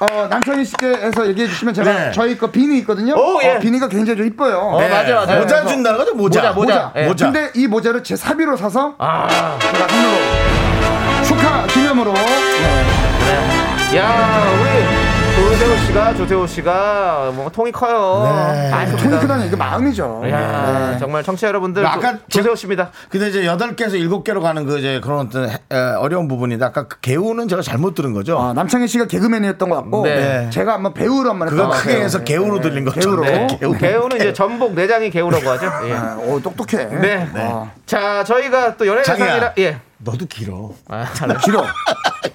J: 어, 남성희 씨께서 얘기해 주시면 제가
A: 네.
J: 저희 거 비니 있거든요.
C: 오, 예.
J: 어, 비니가 굉장히 좀 이뻐요. 네.
C: 어, 맞아, 맞아.
A: 모자 준다는 거죠 모자
C: 모자, 모자. 예.
A: 모자.
J: 근데 이 모자를 제 사비로 사서
C: 아,
J: 제가 선물로 아, 축하 기념으로
C: 야, 우리 조세호 씨가 조세호 씨가 뭔가 통이 커요. 아,
J: 통이 크다는 이게 마음이죠.
C: 야,
A: 네.
C: 정말 청취자 여러분들
A: 아까
C: 조- 조세호 씨입니다.
A: 근데 이제 8개에서 7개로 가는 그 이제 그런 어떤 해- 에, 어려운 부분인데 아까 그 개우는 제가 잘못 들은 거죠. 네.
J: 남창희 씨가 개그맨이었던 것 같고
C: 네.
J: 제가 한번 배우로 한번
A: 그거
J: 했던 것
A: 크게
J: 같아요.
A: 해서 개우로 들린 거죠.
J: 개우로.
A: 네, 아, 개우.
C: 개우는 이제 전복 내장이 개우라고 하죠. 예.
J: 오 아, 어, 똑똑해.
C: 네.
J: 어.
C: 자, 저희가 또 연예인
A: 장이야.
C: 상이라 예. 아,
A: 너도 길어.
J: 길어.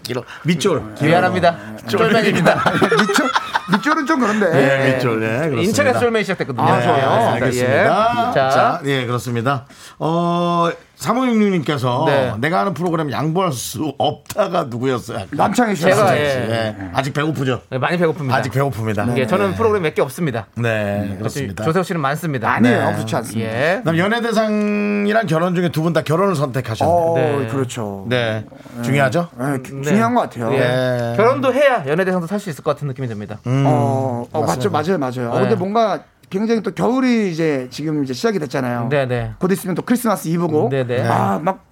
A: 길어. 밑줄.
C: 네.
A: 네.
C: 미안합니다. 쫄맥입니다. 네.
J: 밑줄 밑줄은 좀 그런데.
A: 예, 밑줄. 예, 그렇습니다.
C: 인천에서 쫄맥이 시작됐거든요.
A: 아,
C: 네,
A: 좋아요.
C: 알겠습니다.
A: 알겠습니다.
C: 예.
A: 자.
C: 자.
A: 예, 그렇습니다. 어, 3566님께서
C: 네.
A: 내가 하는 프로그램 양보할 수 없다가 누구였어요? 아까?
J: 남창희 씨.
C: 제가,
A: 남창희 씨.
C: 예.
A: 예. 아직 배고프죠?
C: 네, 많이 배고픕니다.
A: 아직 배고픕니다.
C: 예, 저는 프로그램 몇 개 없습니다.
A: 네, 그렇습니다. 네.
C: 조세호 씨는 네, 많습니다.
J: 아니에요. 그렇지 않습니다.
C: 예.
A: 그다음 연예대상이랑 결혼 중에 두 분 다 결혼을 선택하셨네요.
J: 어,
C: 네.
J: 그렇죠.
A: 네, 중요하죠.
J: 예, 기- 중요한 것 같아요.
C: 예.
A: 네.
C: 결혼도 해야 연예대상도 탈 수 있을 것 같은 느낌이 듭니다.
A: 음,
J: 어, 어, 맞죠, 맞아요, 맞아요. 어,
C: 네.
J: 근데 뭔가 굉장히 또 겨울이 이제 지금 이제 시작이 됐잖아요.
C: 네네.
J: 곧 있으면 또 크리스마스 이브고,
C: 네, 네.
J: 아, 막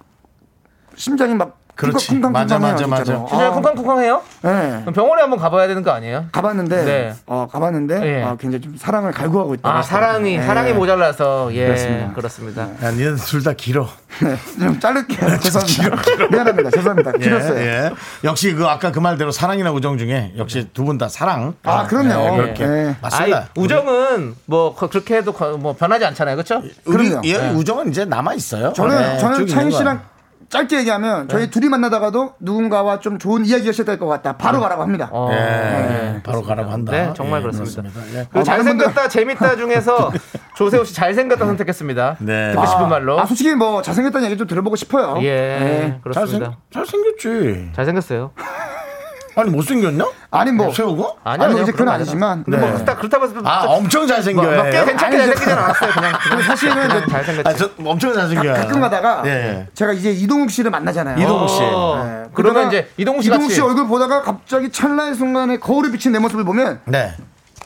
J: 심장이 막
A: 그렇지.
J: 쿵쾅쿵쾅
A: 맞아,
J: 해요,
A: 맞아, 맞아.
J: 진짜로.
C: 진짜 쿵쾅쿵쾅해요?
J: 아, 예.
C: 그럼 병원에 한번 가봐야 되는 거 아니에요?
J: 가봤는데,
C: 네.
J: 어, 가봤는데,
C: 예.
J: 아, 굉장히 좀 사랑을 갈구하고 있다.
C: 아 사랑이 사랑이 모자라서 예
J: 그렇습니다.
C: 그렇습니다.
A: 야, 니네 둘 다 길어.
J: 좀 자를게요. 그 죄송합니다. 미안합니다. 죄송합니다.
A: 예,
J: 길었어요.
A: 예. 역시 그 아까 그 말대로 사랑이나 우정 중에 역시 두 분 다 사랑.
J: 네. 아, 그럼요.
A: 예, 그렇게.
J: 예.
A: 맞습니다.
C: 아이, 우정은 뭐 거- 그렇게 해도 거- 뭐 변하지 않잖아요, 그렇죠?
A: 우리
J: 그럼요. 네.
A: 예, 우정은 이제 남아 네, 있어요.
J: 저는 저는 창희 씨랑 짧게 얘기하면
C: 네.
J: 저희 둘이 만나다가도 누군가와 좀 좋은 이야기가 시작될 것 같다. 바로 가라고 합니다.
C: 어,
A: 예,
C: 네.
A: 바로 가라고 한다.
C: 네, 정말
A: 예,
C: 그렇습니다.
A: 그렇습니다. 예.
C: 그
J: 어, 많은
C: 잘생겼다 재밌다 중에서 조세호 씨 잘생겼다 선택했습니다.
A: 네.
C: 듣고 싶은 말로.
J: 아 솔직히 뭐 잘생겼다는 얘기 좀 들어보고 싶어요.
C: 예,
J: 네.
C: 그렇습니다.
A: 잘생, 겼지
C: 잘생... 겼어요
A: 아니 못생겼나?
J: 아니 뭐
A: 세우고?
C: 아니요,
J: 아니,
C: 아니요,
J: 이제 그건
C: 그런 거
J: 아니지만
C: 근데
J: 네.
C: 뭐 그렇다 그렇다고 해서
A: 아 엄청 잘생겨요.
C: 뭐, 몇개 괜찮게
J: 아니,
C: 잘생기진 않았어요. 그냥, 그냥 사실은 잘생겼죠.
A: 아, 저 엄청 잘생겨요.
J: 가끔 가다가
A: 예.
J: 제가 이제 이동욱 씨를 만나잖아요.
A: 이동욱 씨.
C: 어,
J: 네.
C: 그러면
J: 그러다가
C: 이제 이동욱 씨
J: 이동욱
C: 같이
J: 씨 얼굴 보다가 갑자기 찰나의 순간에 거울에 비친 내 모습을 보면
A: 네.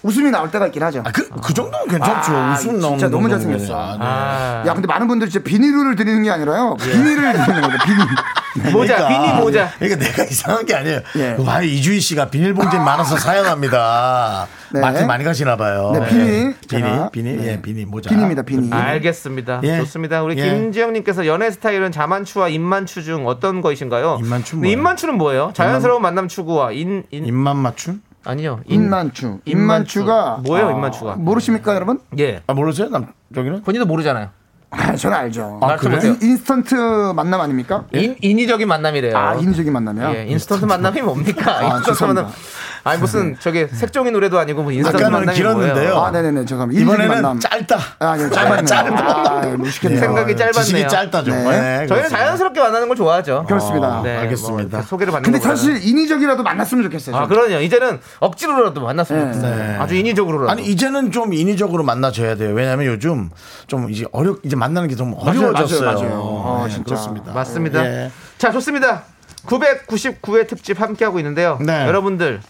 J: 웃음이 나올 때가 있긴 하죠.
A: 아, 그, 그 정도면 괜찮죠.
J: 아,
A: 웃음
J: 진짜
A: 나오는
J: 너무
A: 정도면.
J: 잘생겼어.
A: 아, 네.
C: 아, 예.
J: 야 근데 많은 분들이 진짜 비닐을 드리는 게 아니라요. 비닐을 드리는 거죠. 비닐.
C: 모자 비니 모자.
A: 그러니까 내가 이상한 게 아니에요. 그
J: 예.
A: 와 이주희 씨가 비닐봉지 많아서 사연합니다.
J: 네.
A: 마트 많이 가시나 봐요.
J: 네, 비닐.
A: 비니,
J: 제가,
A: 비니,
J: 네.
A: 예, 비니 모자.
J: 비닐입니다. 비닐.
C: 알겠습니다.
A: 예.
C: 좋습니다. 우리
A: 예.
C: 김지영님께서 연애 스타일은 자만추와 입만추 중 어떤 것이신가요?
A: 입만추
C: 근데
A: 뭐예요?
C: 입만추는 뭐예요? 자연스러운 만남 추구와 인, 인
A: 입만 맞춤?
C: 아니요 인-
J: 인만추. 인만추가
C: 뭐예요? 인만추가
J: 모르십니까 여러분?
C: 예
A: 아 모르세요? 남 저기는?
C: 본인도 모르잖아요.
J: 아, 저는 알죠.
C: 말좀 해보세요.
J: 인, 스턴트 만남 아닙니까? 예?
C: 인 인위적인 만남이래요.
J: 아 인위적인 만남이요. 아,
C: 예, 인스턴트 만남이 뭡니까? 인스턴트
J: 죄송합니다.
C: 만남. 아니 무슨 저기 색종이 노래도 아니고 뭐 인스턴트
A: 아까는
C: 만남이
A: 길었는데요.
C: 뭐예요?
J: 아 네네네 죄송합니다. 인위적인
A: 이번에는
J: 만남.
A: 짧다.
J: 아, 예, 짧았네요.
A: 짧다.
J: 아, 예, 무식했네요.
C: 생각이 짧았네요.
A: 지식이 짧다 정말. 네,
C: 저희는
A: 그렇습니다.
C: 자연스럽게 만나는 걸 좋아하죠.
J: 그렇습니다.
A: 네,
C: 뭐
A: 알겠습니다.
C: 소개를 받는
J: 근데
C: 거보다는.
J: 사실 인위적이라도 만났으면 좋겠어요.
C: 아
J: 저는.
C: 그러네요. 이제는 억지로라도 만났으면 좋겠어요. 아주 인위적으로라도.
A: 네. 아니 이제는 좀 인위적으로 만나줘야 돼요. 왜냐하면 요즘 좀 이제 어려 이제 만나는 게 좀 어려워졌어요.
J: 맞아요. 어,
A: 네,
J: 진짜.
A: 그렇습니다.
C: 맞습니다.
A: 예.
C: 자, 좋습니다. 999회 특집 함께하고 있는데요.
A: 네. 음.
C: 여러분들,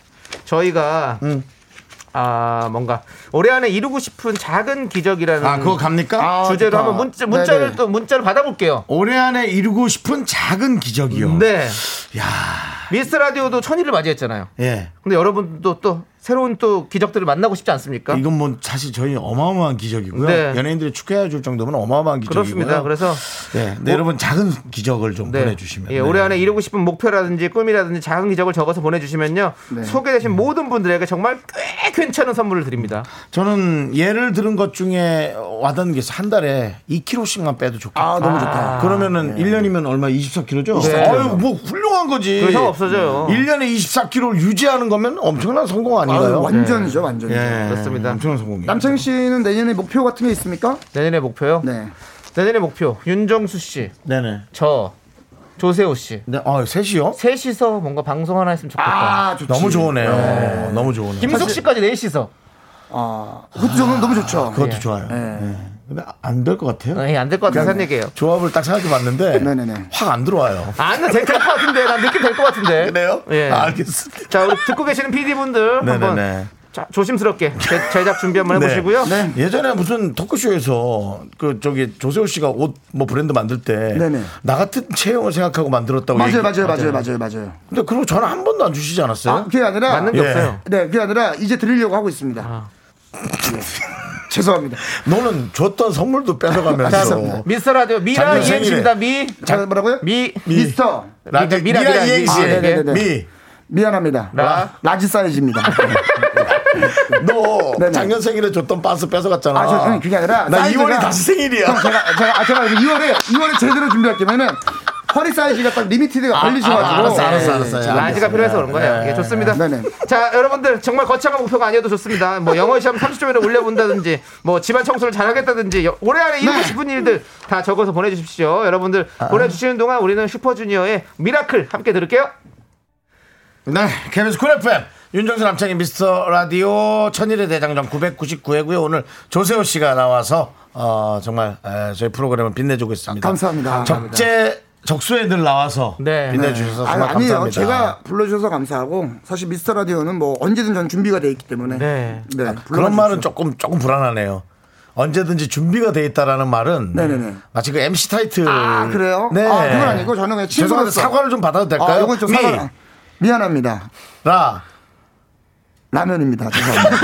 C: 저희가, 아, 뭔가, 올해 안에 이루고 싶은 작은 기적이라는
A: 아 그거 아, 갑니까?
C: 주제로
J: 좋다.
C: 한번 문자, 문자를
J: 네네.
C: 또 문자를 받아볼게요.
A: 올해 안에 이루고 싶은 작은 기적이요.
C: 네. 미스 라디오도 천일을 맞이했잖아요.
A: 예.
C: 근데 여러분도 또 새로운 또 기적들을 만나고 싶지 않습니까?
A: 이건 뭐 사실 저희 어마어마한 기적이고요.
C: 네.
A: 연예인들이 축하해 줄 정도면 어마어마한 기적이고요.
C: 그렇습니다. 그래서 뭐
A: 네, 네, 여러분 작은 기적을 좀 보내주시면. 네.
C: 예, 올해 안에 이루고 싶은 목표라든지 꿈이라든지 작은 기적을 적어서 보내주시면요.
A: 네.
C: 소개되신 모든 분들에게 정말 꽤 괜찮은 선물을 드립니다.
A: 저는 예를 들은 것 중에 와닿는 게 한 달에 2kg씩만 빼도 좋겠다.
J: 아, 네. 너무 좋다.
A: 그러면은 1년이면 얼마 24kg죠?
C: 네.
A: 아유, 뭐 훌륭한 거지. 음.
C: 그거 형 없어져요.
A: 1년에 24kg를 유지하는 거면 엄청난 성공
J: 아유,
A: 아닌가요?
J: 완전이죠, 완전.
A: 예.
C: 그렇습니다.
A: 엄청난 성공이에요.
J: 남창희 씨는 내년에 목표 같은 게 있습니까?
C: 내년의 목표요?
J: 네.
C: 내년의 목표 윤정수 씨,
A: 네네.
C: 저 조세호 씨
A: 네, 아, 셋이요?
C: 셋이서 뭔가 방송 하나 했으면 좋겠다.
J: 아, 좋지.
A: 너무 좋으네요. 너무 좋으네요.
C: 김숙 씨까지 넷이서
J: 아, 그것도 저는 너무 좋죠.
A: 그것도
C: 예.
A: 좋아요.
J: 네.
A: 예. 근데 안 될 것 같아요.
C: 안될 것
A: 네.
C: 같은 산 얘기예요. 아,
A: 조합을 딱 생각해 봤는데
J: 네네네.
A: 확 안 들어와요.
C: 안될것 같은데 난 느낌 될 것 같은데.
A: 그래요?
C: 예.
A: 아, 알겠습니다.
C: 자 우리 듣고 계시는 PD 분들
A: 네네네.
C: 한번 자, 조심스럽게 제- 제작 준비 한번 해보시고요.
A: 네. 예전에 무슨 토크쇼에서 그 저기 조세호 씨가 옷 뭐 브랜드 만들 때
J: 네네.
A: 나 같은 체형을 생각하고 만들었다고
J: 맞아요,
A: 얘기-
J: 맞아요, 맞아요, 맞아요, 맞아요.
A: 근데 그럼 전화 한 번도 안 주시지 않았어요?
J: 그게 아니라 예.
A: 예.
J: 네, 그게 아니라 이제 드리려고 하고 있습니다.
A: 아.
J: 예. 죄송합니다.
A: 너는 줬던 선물도 뺏어가면서
C: 미스터 라디오 미라
A: 자기
C: 이행시입니다.
J: 생일에.
C: 미.
J: 자, 뭐라고요?
C: 미.
J: 미스터
C: 라디오 미라,
J: 미라
C: 미라 이행시.
J: 이행시. 아, 네네네.
A: 미.
J: 미안합니다.
C: 라.
J: 라지 사이즈입니다.
A: 너
J: 네네.
A: 작년 생일에 줬던 반스 뺏어갔잖아.
J: 아, 저 형님 그게 아니라
A: 나
J: 사이즈가-
A: 2월이 다시 생일이야.
J: 형, 제가 제가 아, 제가 2월에 2월에 제대로 준비할 게면은 허리 사이즈가 딱 리미티드가
A: 아,
J: 걸리셔가지고
A: 아, 알았어, 알았어,
J: 예, 예,
C: 네,
A: 알았어.
J: 예.
C: 라지가 필요해서 그런 거예요. 예, 좋습니다.
J: 네네.
C: 자, 여러분들 정말 거창한 목표가 아니어도 좋습니다. 뭐 영어 시험 30점에는 올려본다든지, 뭐 집안 청소를 잘하겠다든지, 여- 올해 안에
A: 네.
C: 이루고 싶은 일들 다 적어서 보내주십시오. 여러분들 보내주시는 동안 우리는 슈퍼주니어의 미라클 함께 들을게요.
A: 네, KBS 쿨 FM 윤정수 남창의 미스터 라디오 천일의 대장정 999회고요. 오늘 조세호 씨가 나와서 어, 정말 에, 저희 프로그램을 빛내주고 있습니다.
J: 아, 감사합니다.
A: 적재 적수에 늘 나와서
C: 네.
A: 빛내주셔서
J: 아니,
A: 정말
J: 아니에요.
A: 감사합니다.
J: 제가 불러주셔서 감사하고 사실 미스터 라디오는 뭐 언제든 전 준비가 돼 있기 때문에
C: 네.
J: 네,
A: 아, 그런
J: 불러주십시오.
A: 말은 조금 조금 불안하네요. 언제든지 준비가 돼 있다라는 말은
J: 네네네.
A: 마치 그 MC 타이틀
J: 아 그래요?
A: 네.
J: 아 그건 아니고 저는 그냥 친구로서
A: 죄송한데 사과를 좀 받아도
J: 아,
A: 될까요?
J: 이건 좀 사과. 미안합니다.
A: 미라
J: 라면입니다. 죄송합니다.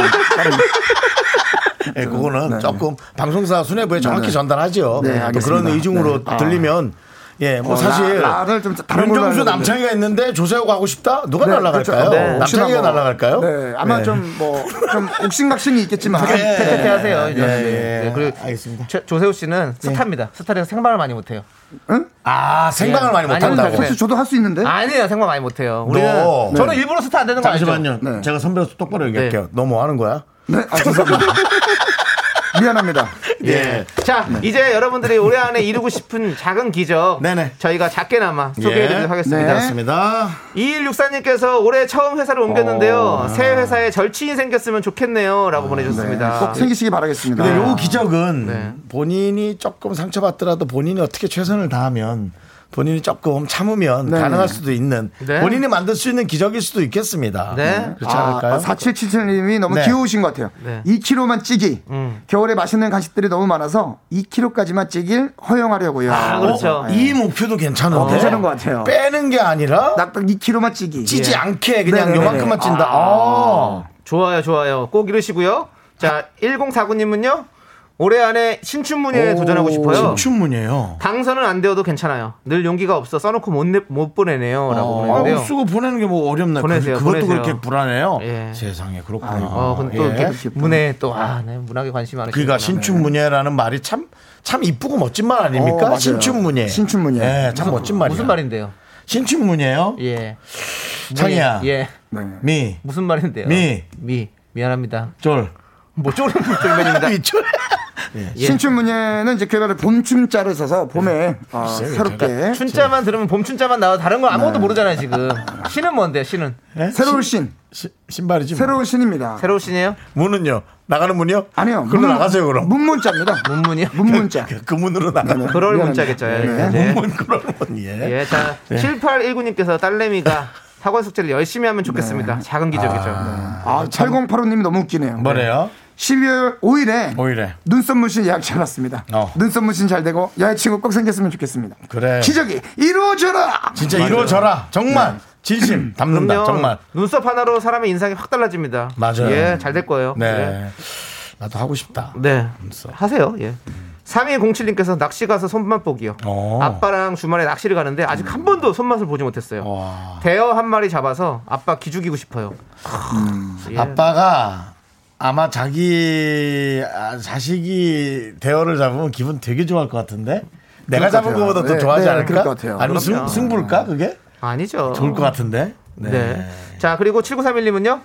A: 예, 그거는 조금 방송사 수뇌부에 정확히
J: 네.
A: 전달하죠.
J: 네,
A: 또
J: 알겠습니다.
A: 그런 의중으로
J: 네. 아.
A: 들리면 예, 뭐
J: 어,
A: 사실
J: 라- 라를 좀 다른 걸로
A: 윤정수
J: 하려고
A: 남창이가 있는데 조세호가 하고 싶다? 누가
J: 네,
A: 날라갈까요?
J: 그렇죠. 네. 혹시나
A: 남창이가
J: 뭐-
A: 날라갈까요?
J: 네, 아마
A: 네.
J: 좀 뭐 좀 옥신각신이 있겠지만
C: 태태태 하세요. 이제.
A: 예, 예.
C: 네, 그리고
A: 알겠습니다. 네.
C: 최- 조세호 씨는 스타입니다. 스타라서 생방을 많이 못해요.
A: 아, 생방을
C: 예.
A: 많이 못
C: 많이
A: 한다고.
C: 못하세요.
J: 혹시 저도 할 수 있는데
C: 아니에요, 생방 많이 못해요. 우리는
A: 너- 네.
C: 저는 일부러 스타 안 되는 거 아니죠?
A: 잠시만요.
J: 네.
A: 제가 선배로서 똑바로 얘기할게요. 너 뭐 하는 거야?
J: 네, 아, 죄송합니다. 미안합니다.
A: 예.
C: 자, 이제 여러분들이 올해 안에 이루고 싶은 작은 기적
A: 네네. 예.
C: 저희가 작게나마 소개해드리도록 하겠습니다.
J: 네.
A: 맞습니다.
C: 2164님께서 올해 처음 회사를
A: 어.
C: 옮겼는데요. 새 회사에 절친이 생겼으면 좋겠네요. 라고 보내주셨습니다.
J: 꼭 생기시기 바라겠습니다.
A: 근데 요 기적은
C: 네.
A: 본인이 조금 상처받더라도 본인이 어떻게 최선을 다하면 본인이 조금 참으면 가능할 수도 있는
C: 네.
A: 본인이 만들 수 있는 기적일 수도 있겠습니다.
C: 네.
A: 그렇지 않을까요?
J: 4777님이 아, 너무
A: 네.
J: 귀여우신 것 같아요.
C: 네.
J: 2kg만 찌기.
C: 음.
J: 겨울에 맛있는 간식들이 너무 많아서 2kg까지만 찌길 허용하려고요.
C: 아, 그렇죠.
A: 어, 이 목표도 괜찮은데
J: 어, 네. 괜찮은 것 같아요.
A: 빼는 게 아니라
J: 딱딱 2kg만 찌기.
A: 찌지
C: 예.
A: 않게 그냥
J: 네네네네.
A: 요만큼만 찐다. 아.
C: 좋아요, 좋아요. 꼭 이러시고요. 자, 1049님은요. 올해 안에 신춘문예에 도전하고 싶어요.
A: 신춘문예요.
C: 당선은 안 되어도 괜찮아요. 늘 용기가 없어 써놓고 못, 내- 못 보내네요. 라고
A: 어,
C: 보내는데요.
A: 아우, 쓰고 보내는 게 뭐 어렵나요?
C: 보내세요,
A: 그, 것도
C: 보내세요.
A: 그렇게 불안해요.
C: 예.
A: 세상에 그렇구나.
C: 어, 근데 또
A: 예.
C: 이렇게 문에 또, 아, 네, 문학에 관심 많으시구나.
A: 그러니까 신춘문예라는 말이 참, 참 이쁘고 멋진 말
J: 어,
A: 아닙니까?
J: 맞아요.
A: 신춘문예.
J: 신춘문예.
A: 예, 참 멋진 말이야.
C: 무슨 말인데요?
A: 신춘문예요?
C: 예. 문예,
A: 창이야.
C: 예.
A: 미,
C: 무슨 말인데요?
A: 미.
C: 미. 미안합니다.
A: 쫄.
C: 뭐 쪼는 쫄면입니다.
A: 미, 쫄.
C: 예.
J: 신춘문예는 이제 개발을 봄춘자를 써서 봄에 어,
A: 글쎄요,
J: 새롭게
C: 춘자만 들으면 봄춘자만 나와 다른 거 아무것도 모르잖아요 지금. 신은 뭔데? 신은
A: 예?
J: 새로운 신,
A: 시- 신발이지. 뭐.
J: 새로운 신입니다.
C: 새로운 신이에요?
A: 문은요? 나가는 문이요?
J: 아니요.
A: 그로
J: 문-
A: 나가세요, 그럼.
J: 문문자입니다.
C: 문문이요?
J: 문문자.
A: 그, 그 문으로 나가는.
C: 그럴
J: 미안합니다.
C: 문자겠죠.
J: 네.
C: 여기까지.
A: 문문, 그럴 문, 예.
C: 예, 자 7819님께서 딸내미가 학원 숙제를 열심히 하면 좋겠습니다. 작은 기적이죠.
J: 아, 8085님이 너무 웃기네요.
A: 뭐래요?
J: 12월 5일에
A: 오히려.
J: 눈썹 문신 예약 잡았습니다.
A: 어.
J: 눈썹 문신 잘 되고 여자친구 꼭 생겼으면 좋겠습니다.
A: 그래.
J: 기적이 이루어져라.
A: 진짜 이루어져라. 정말. 진심. 담는다.
C: 네. 그럼요.
A: 정말.
C: 눈썹 하나로 사람의 인상이 확 달라집니다.
A: 맞아요.
C: 예, 잘 될 거예요.
A: 네. 나도 하고 싶다.
C: 예. 네. 하세요. 예. 3207님께서 낚시 가서 손맛 보기요.
A: 어. 음.
C: 아빠랑 주말에 낚시를 가는데 아직 한 번도 손맛을 보지 못했어요.
A: 와.
C: 대어 한 마리 잡아서 아빠 기죽이고 싶어요. 예.
A: 음. 아빠가 아마 자기 아, 자식이 대어를 잡으면 기분 되게 좋아할 것 같은데 내가
J: 그럴 것
A: 잡은
J: 같아요.
A: 것보다 더
J: 네,
A: 좋아하지
J: 네,
A: 않을까?
J: 그럴 것 같아요. 어.
A: 아니면 승,
C: 그럼요.
A: 승부일까 그게?
C: 아니죠.
A: 좋을 것 같은데.
C: 네. 자, 그리고 7931님은요?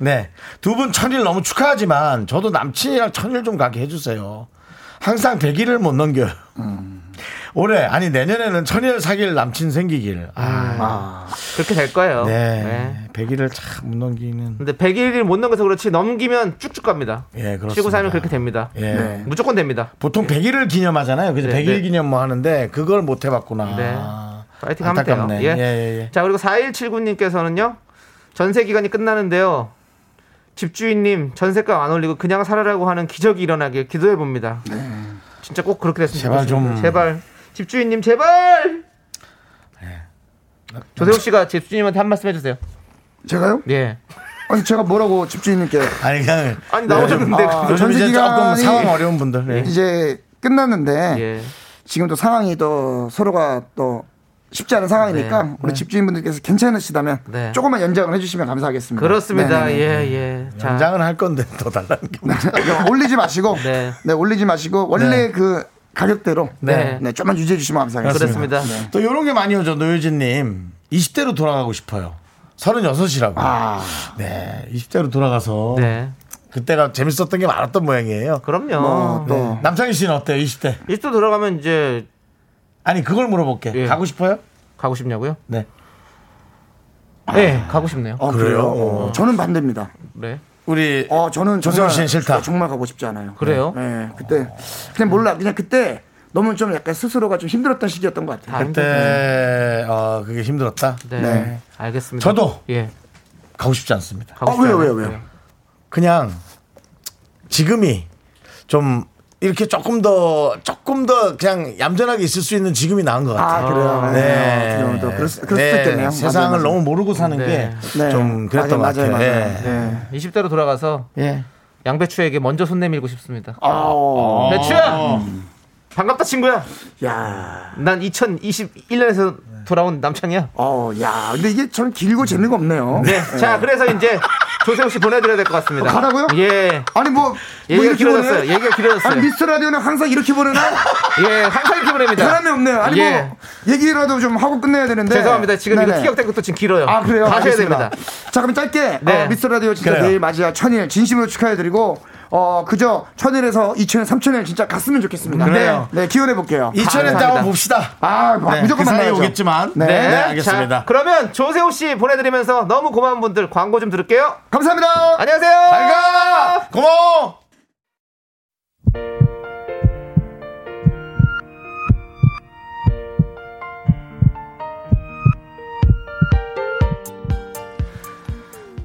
A: 네. 두 분 천일 너무 축하하지만 저도 남친이랑 천일 좀 가게 해주세요. 항상 100일을 못 넘겨요.
J: 음.
A: 올해, 아니 내년에는 천일 사귈 남친
J: 음.
A: 생기길. 아.
C: 그렇게 될
J: 아,
C: 거예요.
A: 네.
C: 네.
A: 100일을 참 못 넘기는.
C: 근데 100일을 못 넘겨서 그렇지 넘기면 쭉쭉 갑니다.
A: 예, 그렇습니다.
C: 7931은 그렇게 됩니다.
A: 예.
J: 네.
C: 무조건 됩니다.
A: 보통 100일을 기념하잖아요. 그죠?
C: 네,
A: 100일
C: 네.
A: 기념 뭐 하는데 그걸 못 해봤구나.
C: 네. 파이팅 하면 돼요.
A: 안타깝네.
C: 예.
A: 예, 예, 예.
C: 자, 그리고 4179님께서는요. 전세 기간이 끝나는데요. 집주인님 전세값 안 올리고 그냥 살아라고 하는 기적이 일어나길 기도해 봅니다. 진짜 꼭 그렇게 됐으면
A: 제발
C: 좋겠습니다.
A: 좀.
C: 제발 집주인님 제발. 조세호 씨가 집주인님한테 한 말씀 해주세요.
J: 제가요?
C: 예.
J: 아니 제가 뭐라고 집주인님께
A: 아니 그냥
C: 아니, 나오셨는데
J: 아,
A: 요즘
J: 전세
A: 이제 조금
J: 기간이
A: 상황 어려운 분들
C: 네.
A: 예.
J: 이제 끝났는데
C: 예.
J: 지금 또 상황이 또 서로가 또 쉽지 않은 상황이니까
C: 네.
J: 우리
C: 네.
J: 집주인분들께서 괜찮으시다면
C: 네.
J: 조금만 연장을 해주시면 감사하겠습니다.
C: 그렇습니다.
J: 네, 네, 네.
C: 예예. 자.
A: 연장은 할 건데 더 달라는 게
J: 그러니까 올리지 마시고
C: 네.
J: 네. 올리지 마시고 원래 그 가격대로
C: 네.
J: 네. 좀만 유지해 주시면 감사하겠습니다.
C: 그렇습니다.
A: 또 이런 게 많이 오죠 노효진님 20대로 돌아가고 싶어요 36이라고 네 20대로 돌아가서
C: 아. 네.
A: 그때가 재밌었던 게 많았던 모양이에요
C: 그럼요.
J: 뭐 또
C: 네.
A: 남창희 씨는 어때요 20대
C: 일도 돌아가면 이제
A: 아니 그걸 물어볼게
C: 예.
A: 가고 싶어요?
C: 가고 싶냐고요?
A: 네
C: 네, 가고 싶네요.
J: 어,
A: 그래요?
J: 어, 저는 반대입니다.
C: 네.
A: 우리
J: 어 저는
A: 조세호
J: 정말-
A: 씨는 싫다.
J: 정말 가고 싶지 않아요.
C: 그래요?
J: 네, 그때 그냥 몰라 그냥 그때 너무 좀 약간 스스로가 좀 힘들었던 시기였던 것 같아요.
A: 그때 어, 그게 힘들었다
C: 네.
J: 네.
C: 알겠습니다.
A: 저도!
C: 예.
A: 가고 싶지 않습니다
C: 가고
J: 아,
C: 싶지
J: 왜요,
C: 않아요.
J: 왜요, 왜요?
C: 예.
A: 그냥 지금이 좀 이렇게 조금 더 조금 더 그냥 얌전하게 있을 수 있는 지금이 나은 것 같아요.
J: 아 그래요. 네. 어떻게 보면 또 그럴 수, 그럴 수도
A: 네.
J: 있겠네요.
A: 세상을
J: 맞아요, 맞아요.
A: 너무 모르고 사는
C: 네.
J: 네.
A: 게 좀 그랬던
J: 맞아요,
A: 것 같아요.
J: 맞아요,
A: 예.
J: 맞아요. 네.
C: 20대로 돌아가서
J: 예.
C: 양배추에게 먼저 손 내밀고 싶습니다.
J: 아,
C: 배추야! 반갑다, 친구야!
J: 야, 네.
C: 난 2021년에서 돌아온 남창이야.
J: 어, 야, 근데 이게 전 길고 재미가 없네요.
C: 네. 자, 그래서 이제 조세호 씨 보내드려야 될 것 같습니다.
J: 어, 가라고요?
C: 예.
J: 아니 뭐, 뭐
C: 얘기가
J: 이렇게
C: 길어졌어요.
J: 보내요?
C: 얘기가 길어졌어요.
J: 아니 미스터 라디오는 항상 이렇게 보내나?
C: 예, 항상 이렇게 보냅니다.
J: 사람이 없네요. 아니
C: 예.
J: 뭐 얘기라도 좀 하고 끝내야 되는데.
C: 죄송합니다. 지금 이거
J: 네네.
C: 티격대고 또 지금 길어요.
J: 아 그래요?
C: 다시 해야
J: 알겠습니다.
C: 됩니다.
J: 자 그럼 짧게
C: 네.
J: 어, 미스터 라디오 진짜
A: 그래요.
J: 내일 맞이야 천일 진심으로 축하해드리고 어 그저 천일에서 2천일 3천일 진짜 갔으면 좋겠습니다.
A: 그래요.
J: 네, 네 기원해 볼게요.
A: 이천에
C: 감사합니다.
A: 따와 봅시다.
J: 아
A: 네,
J: 무조건
A: 그 사이에
J: 만나야죠.
A: 오겠지만.
J: 네.
A: 네,
J: 네.
A: 알겠습니다.
C: 자, 그러면 조세호 씨 보내드리면서 너무 고마운 분들 광고 좀 들을게요.
J: 감사합니다.
C: 안녕하세요.
A: 잘가 고마워.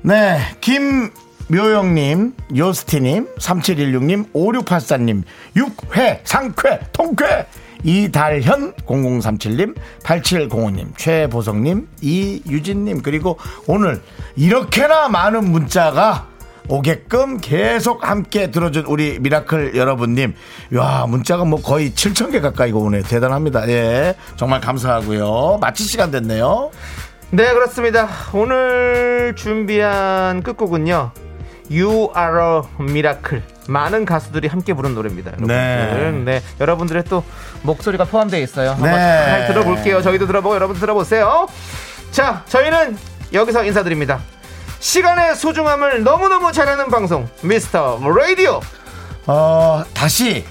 A: 네, 김묘영님, 요스티님, 3716님, 5684님, 육회, 상쾌, 통쾌, 이달현, 0037님, 8705님, 최보성님, 이유진님, 그리고 오늘 이렇게나 많은 문자가 오게끔 계속 함께 들어준 우리 미라클 여러분님. 야 문자가 뭐 거의 7,000개 가까이가 오네요. 대단합니다. 예. 정말 감사하고요. 마칠 시간 됐네요.
C: 네, 그렇습니다. 오늘 준비한 끝곡은요. You are a miracle. 많은 가수들이 함께 부른 노래입니다. 여러분들. 네. 여러분들의 또 목소리가 포함되어 있어요. 한번
A: 네.
C: 잘 들어볼게요. 저희도 들어보고 여러분 들어보세요. 자, 저희는 여기서 인사드립니다. 시간의 소중함을 너무너무 잘하는 방송 미스터 라디오.
A: 어, 다시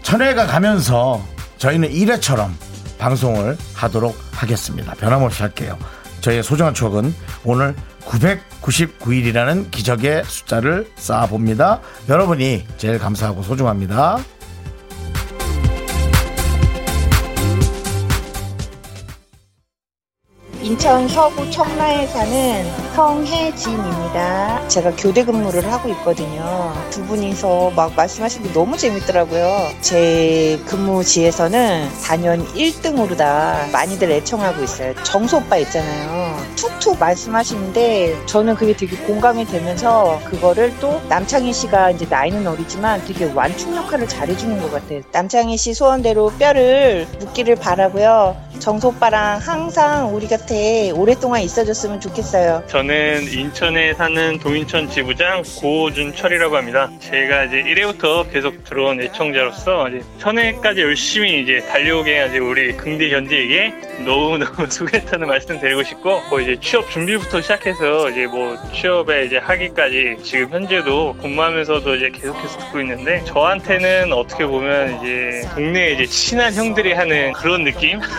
A: 천회가 가면서 저희는 1회처럼 방송을 하도록 하겠습니다. 변함없이 할게요. 저희의 소중한 추억은 오늘 999일이라는 기적의 숫자를 쌓아봅니다. 여러분이 제일 감사하고 소중합니다.
K: 인천 서구 청라에 사는 성혜진입니다. 제가 교대 근무를 하고 있거든요. 두 분이서 막 말씀하신 게 너무 재밌더라고요. 제 근무지에서는 4년 1등으로다 많이들 애청하고 있어요. 정수 오빠 있잖아요. 툭툭 말씀하시는데 저는 그게 되게 공감이 되면서 그거를 또 남창희 씨가 이제 나이는 어리지만 되게 완충 역할을 잘해주는 것 같아요. 남창희 씨 소원대로 뼈를 묻기를 바라고요. 정수 오빠랑 항상 우리 곁에 오랫동안 있어줬으면 좋겠어요.
L: 저는 인천에 사는 동인천 지부장 고준철이라고 합니다. 제가 이제 1회부터 계속 들어온 애청자로서 이제 천회까지 열심히 이제 달려오게 해야지 우리 긍디 견디에게 너무너무 소개했다는 말씀 드리고 싶고 뭐 이제 취업 준비부터 시작해서 이제 뭐 취업에 이제 하기까지 지금 현재도 근무하면서도 이제 계속해서 듣고 있는데 저한테는 어떻게 보면 이제 동네에 이제 친한 형들이 하는 그런 느낌?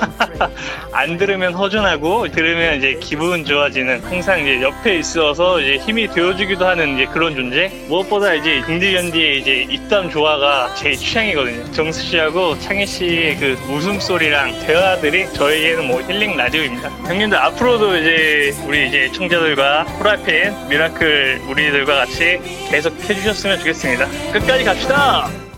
L: 안 들으면 허전하고 들으면 이제 기분 좋아지는 항상 이제 옆에 있어서 이제 힘이 되어주기도 하는 이제 그런 존재 무엇보다 이제 긍디견디의 이제 입담 조화가 제 취향이거든요 정수 씨하고 창희 씨의 그 웃음소리랑 대화들이 저에게 저희에는 뭐 힐링 라디오입니다. 형님들 앞으로도 이제 우리 이제 청자들과 호라핀, 미라클 우리들과 같이 계속 해주셨으면 좋겠습니다. 끝까지 갑시다.